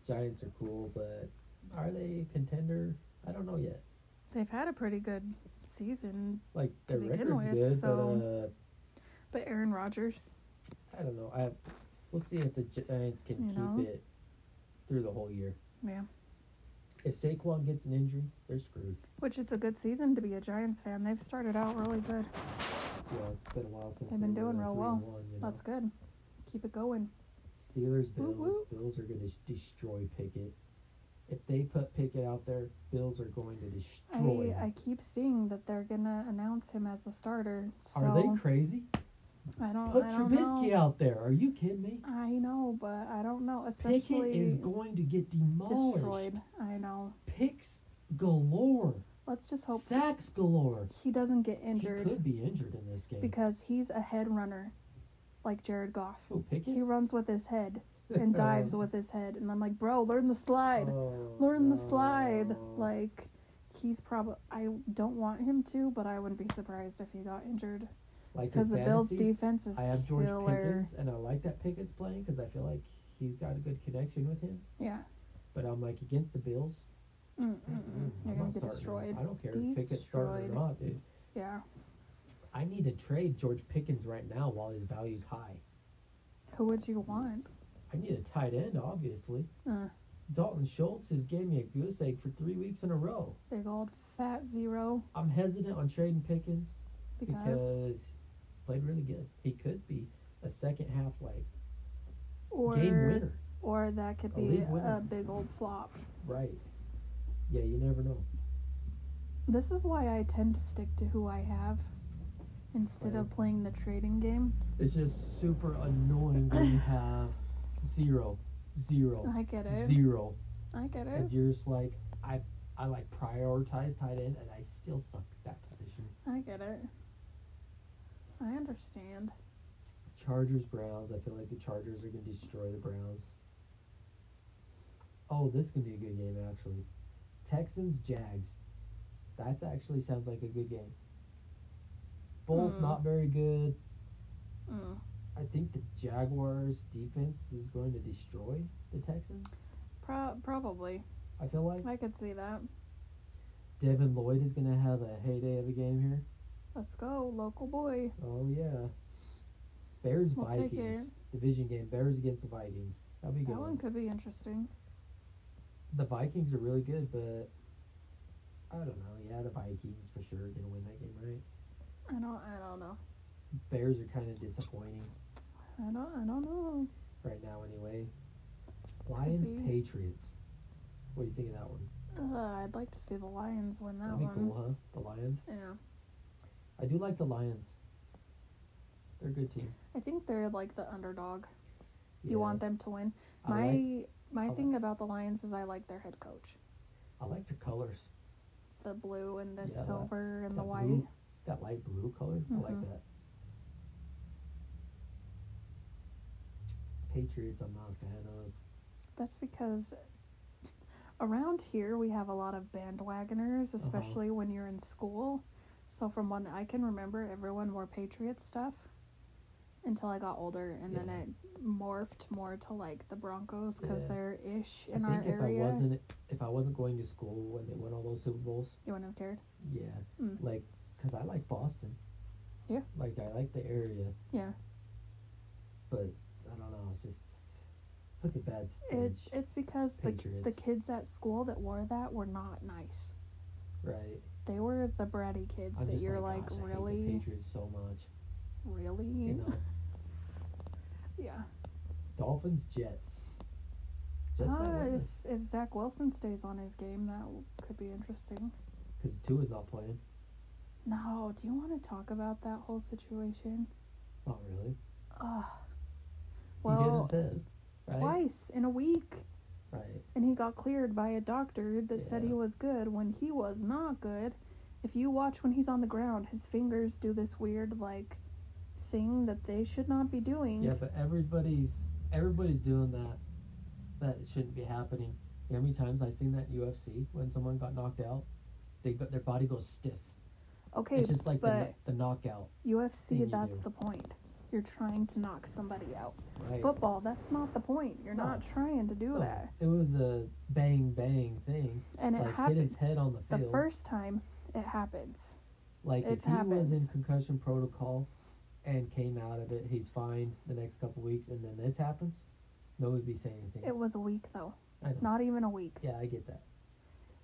[SPEAKER 2] Giants are cool, but are they a contender? I don't know yet.
[SPEAKER 1] They've had a pretty good season,
[SPEAKER 2] Like their
[SPEAKER 1] begin
[SPEAKER 2] record's
[SPEAKER 1] with,
[SPEAKER 2] good,
[SPEAKER 1] so- but Aaron Rodgers,
[SPEAKER 2] but uh, I don't know. I we'll see if the Giants can
[SPEAKER 1] You
[SPEAKER 2] keep
[SPEAKER 1] know?
[SPEAKER 2] it through the whole year.
[SPEAKER 1] yeah.
[SPEAKER 2] If Saquon gets an injury, they're screwed.
[SPEAKER 1] Which it's a good season to be a Giants fan. They've started out really good.
[SPEAKER 2] Yeah, it's been a while since
[SPEAKER 1] They've been
[SPEAKER 2] they were
[SPEAKER 1] doing
[SPEAKER 2] like
[SPEAKER 1] real
[SPEAKER 2] three
[SPEAKER 1] well.
[SPEAKER 2] and One, you know?
[SPEAKER 1] That's good. Keep it going.
[SPEAKER 2] Steelers,
[SPEAKER 1] Woot
[SPEAKER 2] Bills.
[SPEAKER 1] woot.
[SPEAKER 2] Bills are going to destroy Pickett. If they put Pickett out there, Bills are going to destroy. him.
[SPEAKER 1] I, I keep seeing that they're gonna announce him as the starter. So
[SPEAKER 2] Are they crazy?
[SPEAKER 1] I don't.
[SPEAKER 2] Put
[SPEAKER 1] I don't
[SPEAKER 2] Trubisky
[SPEAKER 1] know.
[SPEAKER 2] out there. Are you kidding me?
[SPEAKER 1] I know, but I don't know.
[SPEAKER 2] Pickett
[SPEAKER 1] Especially
[SPEAKER 2] is going to get demolished.
[SPEAKER 1] destroyed. I know.
[SPEAKER 2] Picks galore.
[SPEAKER 1] Let's just hope
[SPEAKER 2] Sacks galore.
[SPEAKER 1] he doesn't get
[SPEAKER 2] He
[SPEAKER 1] injured
[SPEAKER 2] could be injured in this game.
[SPEAKER 1] because he's a head runner, like Jared Goff.
[SPEAKER 2] Who,
[SPEAKER 1] He
[SPEAKER 2] Pickett?
[SPEAKER 1] runs with his head and dives with his head, and I'm like, bro, learn the slide.
[SPEAKER 2] Oh,
[SPEAKER 1] learn the slide.
[SPEAKER 2] no.
[SPEAKER 1] Like, he's probably. I don't want him to, but I wouldn't be surprised if he got injured
[SPEAKER 2] Like
[SPEAKER 1] because
[SPEAKER 2] in
[SPEAKER 1] the Bills'
[SPEAKER 2] fantasy,
[SPEAKER 1] defense is
[SPEAKER 2] I have George
[SPEAKER 1] killer.
[SPEAKER 2] Pickens, and I like that Pickett's playing because I feel like he's got a good connection with him.
[SPEAKER 1] Yeah,
[SPEAKER 2] But I'm like against the Bills.
[SPEAKER 1] Mm-mm-mm.
[SPEAKER 2] I'm
[SPEAKER 1] you're gonna get
[SPEAKER 2] not starting him.
[SPEAKER 1] destroyed.
[SPEAKER 2] I don't care if Pickett's starting or
[SPEAKER 1] Destroyed.
[SPEAKER 2] not, dude.
[SPEAKER 1] Yeah,
[SPEAKER 2] I need to trade George Pickens right now while his value's high.
[SPEAKER 1] who would you want?
[SPEAKER 2] I need a tight end, obviously.
[SPEAKER 1] Uh,
[SPEAKER 2] Dalton Schultz has gave me a goose egg for three weeks in a row.
[SPEAKER 1] big old fat zero
[SPEAKER 2] I'm hesitant on trading Pickens
[SPEAKER 1] because,
[SPEAKER 2] because he played really good. He could be a second half like
[SPEAKER 1] or
[SPEAKER 2] game winner,
[SPEAKER 1] or that could
[SPEAKER 2] A
[SPEAKER 1] be
[SPEAKER 2] league
[SPEAKER 1] a,
[SPEAKER 2] winner.
[SPEAKER 1] big old flop.
[SPEAKER 2] right? Yeah, you never know.
[SPEAKER 1] This is why I tend to stick to who I have instead of playing the trading game.
[SPEAKER 2] It's just super annoying when you have zero, zero,
[SPEAKER 1] I get it.
[SPEAKER 2] zero,
[SPEAKER 1] I get it.
[SPEAKER 2] and you're just like I, I like prioritize tight end, and I still suck at that position.
[SPEAKER 1] I get it. I understand.
[SPEAKER 2] Chargers Browns. I feel like the Chargers are gonna destroy the Browns. Oh, this is gonna be a good game actually. Texans Jags. That's actually sounds like a good game. Both
[SPEAKER 1] Hmm.
[SPEAKER 2] not very good.
[SPEAKER 1] Mm.
[SPEAKER 2] I think the Jaguars defense is going to destroy the Texans.
[SPEAKER 1] Pro- probably.
[SPEAKER 2] I feel like
[SPEAKER 1] I could see that.
[SPEAKER 2] Devin Lloyd is gonna have a heyday of a game here.
[SPEAKER 1] Let's go, local boy.
[SPEAKER 2] Oh yeah. Bears
[SPEAKER 1] We'll take
[SPEAKER 2] Vikings division game. Bears against the Vikings. That'll be a good.
[SPEAKER 1] That
[SPEAKER 2] one.
[SPEAKER 1] one could be interesting.
[SPEAKER 2] the Vikings are really good, but I don't know. Yeah, the Vikings for sure are gonna win that game, right?
[SPEAKER 1] I don't. I don't know.
[SPEAKER 2] Bears are kind of disappointing
[SPEAKER 1] I don't. I don't know.
[SPEAKER 2] right now, anyway. Lions
[SPEAKER 1] be.
[SPEAKER 2] Patriots. What do you think of that one?
[SPEAKER 1] Ugh, Uh, I'd like to see the Lions win that
[SPEAKER 2] That'd be
[SPEAKER 1] one.
[SPEAKER 2] cool, huh? The Lions.
[SPEAKER 1] Yeah,
[SPEAKER 2] I do like the Lions. They're a good team.
[SPEAKER 1] I think they're like the underdog.
[SPEAKER 2] Yeah.
[SPEAKER 1] You want them to win.
[SPEAKER 2] I
[SPEAKER 1] My
[SPEAKER 2] like,
[SPEAKER 1] my
[SPEAKER 2] I
[SPEAKER 1] thing about the Lions is I like their head coach.
[SPEAKER 2] I like their colors.
[SPEAKER 1] The blue and the
[SPEAKER 2] Yeah, that-
[SPEAKER 1] silver and the
[SPEAKER 2] that
[SPEAKER 1] white.
[SPEAKER 2] blue- That that light blue color. I like
[SPEAKER 1] Mhm.
[SPEAKER 2] that. Patriots, I'm not a fan of.
[SPEAKER 1] That's because around here we have a lot of bandwagoners,
[SPEAKER 2] Uh-huh.
[SPEAKER 1] especially when you're in school. So from when I can remember, everyone wore Patriot stuff until I got older, and then
[SPEAKER 2] Yeah.
[SPEAKER 1] it morphed more to like the Broncos because
[SPEAKER 2] Yeah.
[SPEAKER 1] they're ish in
[SPEAKER 2] I
[SPEAKER 1] our
[SPEAKER 2] think if I
[SPEAKER 1] area.
[SPEAKER 2] wasn't if I wasn't going to school when they won all those Super Bowls,
[SPEAKER 1] You wouldn't have cared.
[SPEAKER 2] yeah,
[SPEAKER 1] Mm.
[SPEAKER 2] like because I like Boston.
[SPEAKER 1] Yeah.
[SPEAKER 2] Like I like the area,
[SPEAKER 1] Yeah,
[SPEAKER 2] but I don't know. It's just puts a bad
[SPEAKER 1] it
[SPEAKER 2] stench,
[SPEAKER 1] it's because the, ki- the
[SPEAKER 2] Patriots.
[SPEAKER 1] kids at school that wore that were not nice.
[SPEAKER 2] right?
[SPEAKER 1] They were the bratty kids
[SPEAKER 2] I'm
[SPEAKER 1] that
[SPEAKER 2] just
[SPEAKER 1] you're like,
[SPEAKER 2] like, "Gosh, I hate the
[SPEAKER 1] really,
[SPEAKER 2] Patriots so much.
[SPEAKER 1] really,
[SPEAKER 2] You know,
[SPEAKER 1] yeah.
[SPEAKER 2] Dolphins, Jets. Jets might
[SPEAKER 1] Ah,
[SPEAKER 2] win
[SPEAKER 1] if,
[SPEAKER 2] this
[SPEAKER 1] if Zach Wilson stays on his game, that w- could be interesting.
[SPEAKER 2] because two is not playing.
[SPEAKER 1] No, do you want to talk about that whole situation?
[SPEAKER 2] Not really.
[SPEAKER 1] Ugh.
[SPEAKER 2] he did his
[SPEAKER 1] Well,
[SPEAKER 2] head, right?
[SPEAKER 1] twice in a week.
[SPEAKER 2] Right.
[SPEAKER 1] And he got cleared by a doctor that said
[SPEAKER 2] Yeah.
[SPEAKER 1] he was good when he was not good. If you watch when he's on the ground, his fingers do this weird, like, thing that they should not be doing.
[SPEAKER 2] Yeah, but everybody's everybody's doing that. That shouldn't be happening. You know how many times I've seen that in UFC when someone got knocked out, they got their body goes stiff.
[SPEAKER 1] Okay,
[SPEAKER 2] it's just like the,
[SPEAKER 1] but
[SPEAKER 2] kn- the knockout, thing you
[SPEAKER 1] UFC, that's
[SPEAKER 2] do.
[SPEAKER 1] the point. You're trying to knock somebody out.
[SPEAKER 2] right?
[SPEAKER 1] Football, that's not the point. You're not trying to do
[SPEAKER 2] No,
[SPEAKER 1] that.
[SPEAKER 2] It was a bang bang thing.
[SPEAKER 1] And it
[SPEAKER 2] like hit
[SPEAKER 1] happens.
[SPEAKER 2] his head on the
[SPEAKER 1] The
[SPEAKER 2] field.
[SPEAKER 1] first time it happens.
[SPEAKER 2] like
[SPEAKER 1] it
[SPEAKER 2] if he was in
[SPEAKER 1] happens.
[SPEAKER 2] concussion protocol and came out of it, he's fine the next couple weeks, and then this happens, nobody'd be saying anything.
[SPEAKER 1] It was a week though.
[SPEAKER 2] I know.
[SPEAKER 1] Not even a week.
[SPEAKER 2] yeah, I get that.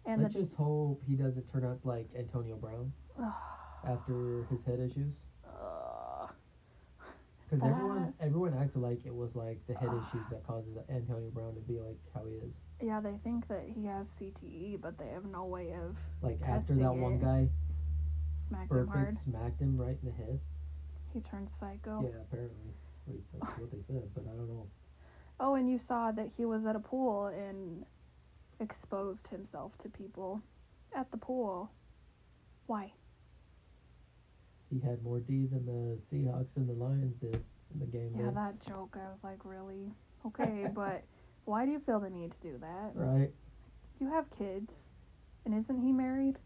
[SPEAKER 1] And
[SPEAKER 2] Let's
[SPEAKER 1] the
[SPEAKER 2] just hope he doesn't turn up like Antonio Brown after his head issues.
[SPEAKER 1] Ugh.
[SPEAKER 2] Because everyone,
[SPEAKER 1] That-
[SPEAKER 2] everyone acted like it was like the head issues that causes Antonio Brown to be like how he is.
[SPEAKER 1] yeah, they think that he has CTE, but they have no way of
[SPEAKER 2] Like after
[SPEAKER 1] Testing
[SPEAKER 2] that one
[SPEAKER 1] it.
[SPEAKER 2] guy,
[SPEAKER 1] smacked him hard.
[SPEAKER 2] Burfict smacked him right in the head.
[SPEAKER 1] He turned psycho.
[SPEAKER 2] Yeah, apparently that's what, he, that's what they said, but I don't know.
[SPEAKER 1] Oh, and you saw that he was at a pool and exposed himself to people at the pool. Why?
[SPEAKER 2] He had more D than the Seahawks and the Lions did in the game.
[SPEAKER 1] Yeah,
[SPEAKER 2] there.
[SPEAKER 1] that joke. I was like, really? Okay, but why do you feel the need to do that?
[SPEAKER 2] right.
[SPEAKER 1] You have kids, and isn't he married?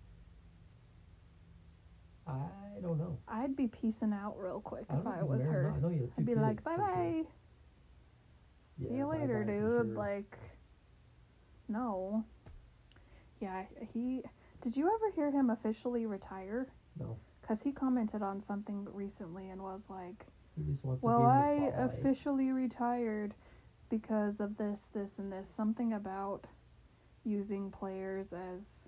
[SPEAKER 2] I don't know.
[SPEAKER 1] I'd be piecing out real quick
[SPEAKER 2] I don't
[SPEAKER 1] if
[SPEAKER 2] know
[SPEAKER 1] I
[SPEAKER 2] he's
[SPEAKER 1] was
[SPEAKER 2] married or
[SPEAKER 1] her.
[SPEAKER 2] not. I know he has two
[SPEAKER 1] I'd be
[SPEAKER 2] kids.
[SPEAKER 1] like, bye
[SPEAKER 2] for sure.
[SPEAKER 1] bye. See
[SPEAKER 2] Yeah,
[SPEAKER 1] you later,
[SPEAKER 2] bye-bye for
[SPEAKER 1] dude.
[SPEAKER 2] sure.
[SPEAKER 1] Like, no. Yeah, he. Did you ever hear him officially retire?
[SPEAKER 2] No.
[SPEAKER 1] Because he commented on something recently and was like,
[SPEAKER 2] He just wants
[SPEAKER 1] well,
[SPEAKER 2] to be
[SPEAKER 1] I
[SPEAKER 2] in the spotlight.
[SPEAKER 1] officially retired because of this, this, and this. Something about using players as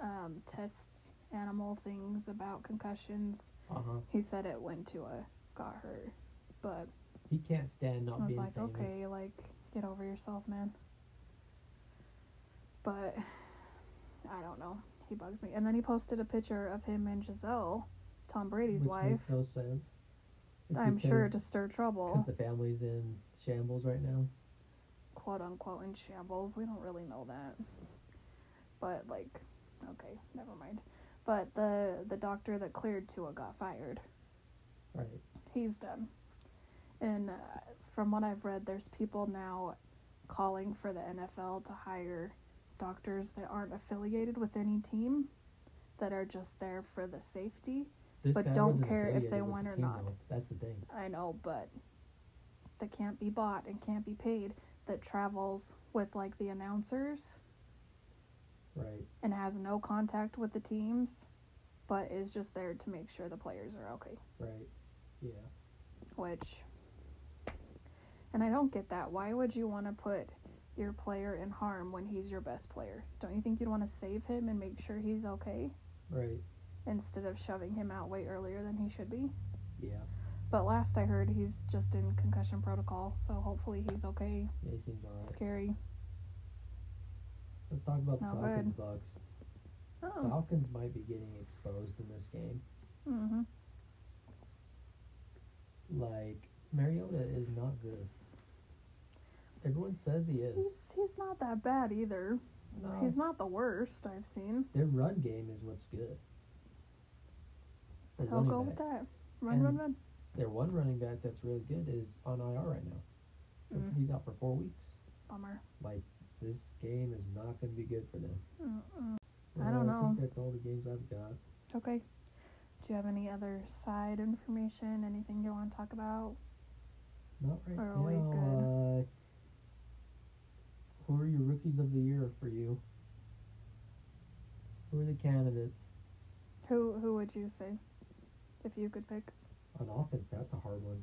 [SPEAKER 1] um, test animal things about concussions.
[SPEAKER 2] uh-huh.
[SPEAKER 1] He said it when Tua got hurt, but
[SPEAKER 2] He can't stand
[SPEAKER 1] I
[SPEAKER 2] not
[SPEAKER 1] was
[SPEAKER 2] being
[SPEAKER 1] like,
[SPEAKER 2] famous.
[SPEAKER 1] okay, like get over yourself, man. But I don't know. He bugs me. And then he posted a picture of him and Giselle, Tom Brady's
[SPEAKER 2] which
[SPEAKER 1] wife.
[SPEAKER 2] makes no sense. It's
[SPEAKER 1] I'm sure to
[SPEAKER 2] because-
[SPEAKER 1] stir trouble,
[SPEAKER 2] because the family's in shambles right now.
[SPEAKER 1] quote unquote, in shambles. We don't really know that, but like, okay, never mind. But the the doctor that cleared Tua got fired.
[SPEAKER 2] Right.
[SPEAKER 1] he's done. And uh, from what I've read, there's people now calling for the NFL to hire doctors that aren't affiliated with any team, that are just there for the safety.
[SPEAKER 2] This
[SPEAKER 1] But
[SPEAKER 2] guy
[SPEAKER 1] don't
[SPEAKER 2] wasn't
[SPEAKER 1] care if
[SPEAKER 2] affiliated
[SPEAKER 1] they
[SPEAKER 2] with
[SPEAKER 1] win
[SPEAKER 2] the
[SPEAKER 1] or
[SPEAKER 2] team,
[SPEAKER 1] not.
[SPEAKER 2] though. That's the thing.
[SPEAKER 1] I know, but that can't be bought and can't be paid, that travels with like the announcers
[SPEAKER 2] Right.
[SPEAKER 1] and has no contact with the teams, but is just there to make sure the players are okay.
[SPEAKER 2] Right. Yeah.
[SPEAKER 1] which and I don't get that. Why would you want to put your player in harm when he's your best player? Don't you think you'd want to save him and make sure he's okay
[SPEAKER 2] Right.
[SPEAKER 1] instead of shoving him out way earlier than he should be?
[SPEAKER 2] Yeah.
[SPEAKER 1] But last I heard he's just in concussion protocol, so hopefully he's okay.
[SPEAKER 2] Yeah, he seems alright.
[SPEAKER 1] Scary.
[SPEAKER 2] Let's talk about the
[SPEAKER 1] Not good.
[SPEAKER 2] Falcons Bucks.
[SPEAKER 1] Oh.
[SPEAKER 2] Falcons might be getting exposed in this game.
[SPEAKER 1] Mhm.
[SPEAKER 2] Like Mariota is not good. Everyone says he is.
[SPEAKER 1] He's he's not that bad either.
[SPEAKER 2] No,
[SPEAKER 1] He's not the worst I've seen.
[SPEAKER 2] their run game is what's good. or
[SPEAKER 1] So I'll
[SPEAKER 2] running
[SPEAKER 1] go with
[SPEAKER 2] backs.
[SPEAKER 1] that. Run,
[SPEAKER 2] And-
[SPEAKER 1] run, run.
[SPEAKER 2] Their one running back that's really good is on IR right now.
[SPEAKER 1] Mm.
[SPEAKER 2] He's out for four weeks.
[SPEAKER 1] Bummer.
[SPEAKER 2] This game is not going to be good for them.
[SPEAKER 1] Mm-mm. I don't
[SPEAKER 2] Uh, I
[SPEAKER 1] know.
[SPEAKER 2] think that's all the games I've got.
[SPEAKER 1] Okay. Do you have any other side information? Anything you want to talk about?
[SPEAKER 2] Not right
[SPEAKER 1] Are we
[SPEAKER 2] now.
[SPEAKER 1] good?
[SPEAKER 2] Uh, who are your rookies of the year for you? Who are the candidates
[SPEAKER 1] Who Who would you say, if you could pick?
[SPEAKER 2] on offense? That's a hard one.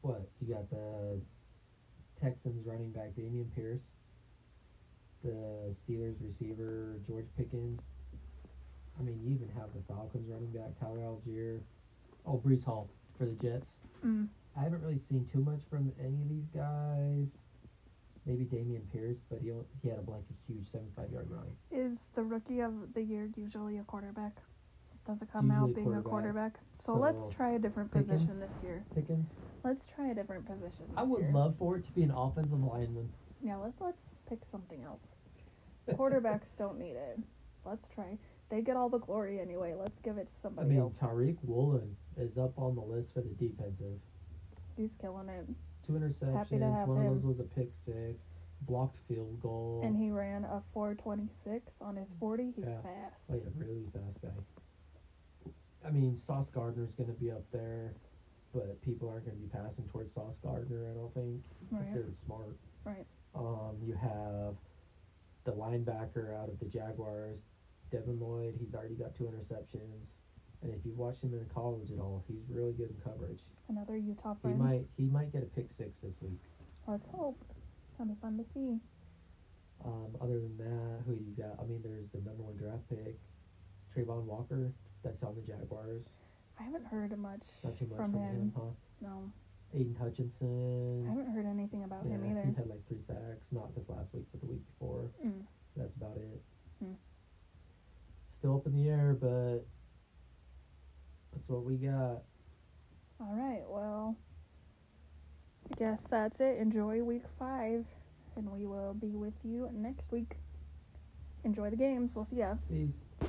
[SPEAKER 2] What you got? The Texans running back Damian Pierce, the Steelers receiver George Pickens. I mean, you even have the Falcons running back Tyler Algier. Oh, Brees Hall for the Jets.
[SPEAKER 1] Mm.
[SPEAKER 2] I haven't really seen too much from any of these guys. Maybe Damian Pierce, but he on- he had a like a huge seventy five yard run.
[SPEAKER 1] Is the rookie of the year usually a quarterback? Does it come out
[SPEAKER 2] usually
[SPEAKER 1] being a quarterback?
[SPEAKER 2] quarterback.
[SPEAKER 1] So, let's
[SPEAKER 2] So,
[SPEAKER 1] try a different position
[SPEAKER 2] Pickens?
[SPEAKER 1] this year.
[SPEAKER 2] Pickens.
[SPEAKER 1] Let's try a different position.
[SPEAKER 2] I
[SPEAKER 1] this
[SPEAKER 2] would
[SPEAKER 1] year.
[SPEAKER 2] love for it to be an offensive lineman.
[SPEAKER 1] Yeah, let, let's pick something else. Quarterbacks don't need it. Let's try. They get all the glory anyway. Let's give it to
[SPEAKER 2] I
[SPEAKER 1] somebody
[SPEAKER 2] mean
[SPEAKER 1] else.
[SPEAKER 2] Tariq Woolen is up on the list for the defensive.
[SPEAKER 1] He's killing it.
[SPEAKER 2] Two interceptions.
[SPEAKER 1] have
[SPEAKER 2] One of
[SPEAKER 1] him.
[SPEAKER 2] those was a pick six. Blocked field goal.
[SPEAKER 1] And he ran a 426 on his 40. He's
[SPEAKER 2] Yeah.
[SPEAKER 1] fast.
[SPEAKER 2] like a really fast guy. I mean, Sauce Gardner's going to be up there, but people aren't going to be passing towards Sauce Gardner. I don't think if
[SPEAKER 1] Right.
[SPEAKER 2] they're smart.
[SPEAKER 1] Right.
[SPEAKER 2] Um, you have the linebacker out of the Jaguars, Devin Lloyd. He's already got two interceptions, and if you watch him in college at all, he's really good in coverage.
[SPEAKER 1] Another Utah
[SPEAKER 2] He
[SPEAKER 1] friend.
[SPEAKER 2] might he might get a pick six this week.
[SPEAKER 1] Let's hope. That'll be fun to see.
[SPEAKER 2] Um, other than that, who you got? I mean, there's the number one draft pick, Trayvon Walker. That's on the Jaguars.
[SPEAKER 1] I haven't heard much,
[SPEAKER 2] Not too much
[SPEAKER 1] from, him.
[SPEAKER 2] huh?
[SPEAKER 1] No.
[SPEAKER 2] Aiden
[SPEAKER 1] I
[SPEAKER 2] Hutchinson.
[SPEAKER 1] haven't heard anything about
[SPEAKER 2] yeah,
[SPEAKER 1] him
[SPEAKER 2] he
[SPEAKER 1] either.
[SPEAKER 2] had like three sacks, not this last week, but the week before.
[SPEAKER 1] Mm.
[SPEAKER 2] That's about it.
[SPEAKER 1] Hmm.
[SPEAKER 2] Still up in the air, but that's what we got.
[SPEAKER 1] All right. Well, I guess that's it. Enjoy week five, and we will be with you next week. Enjoy the games. We'll see ya.
[SPEAKER 2] Peace.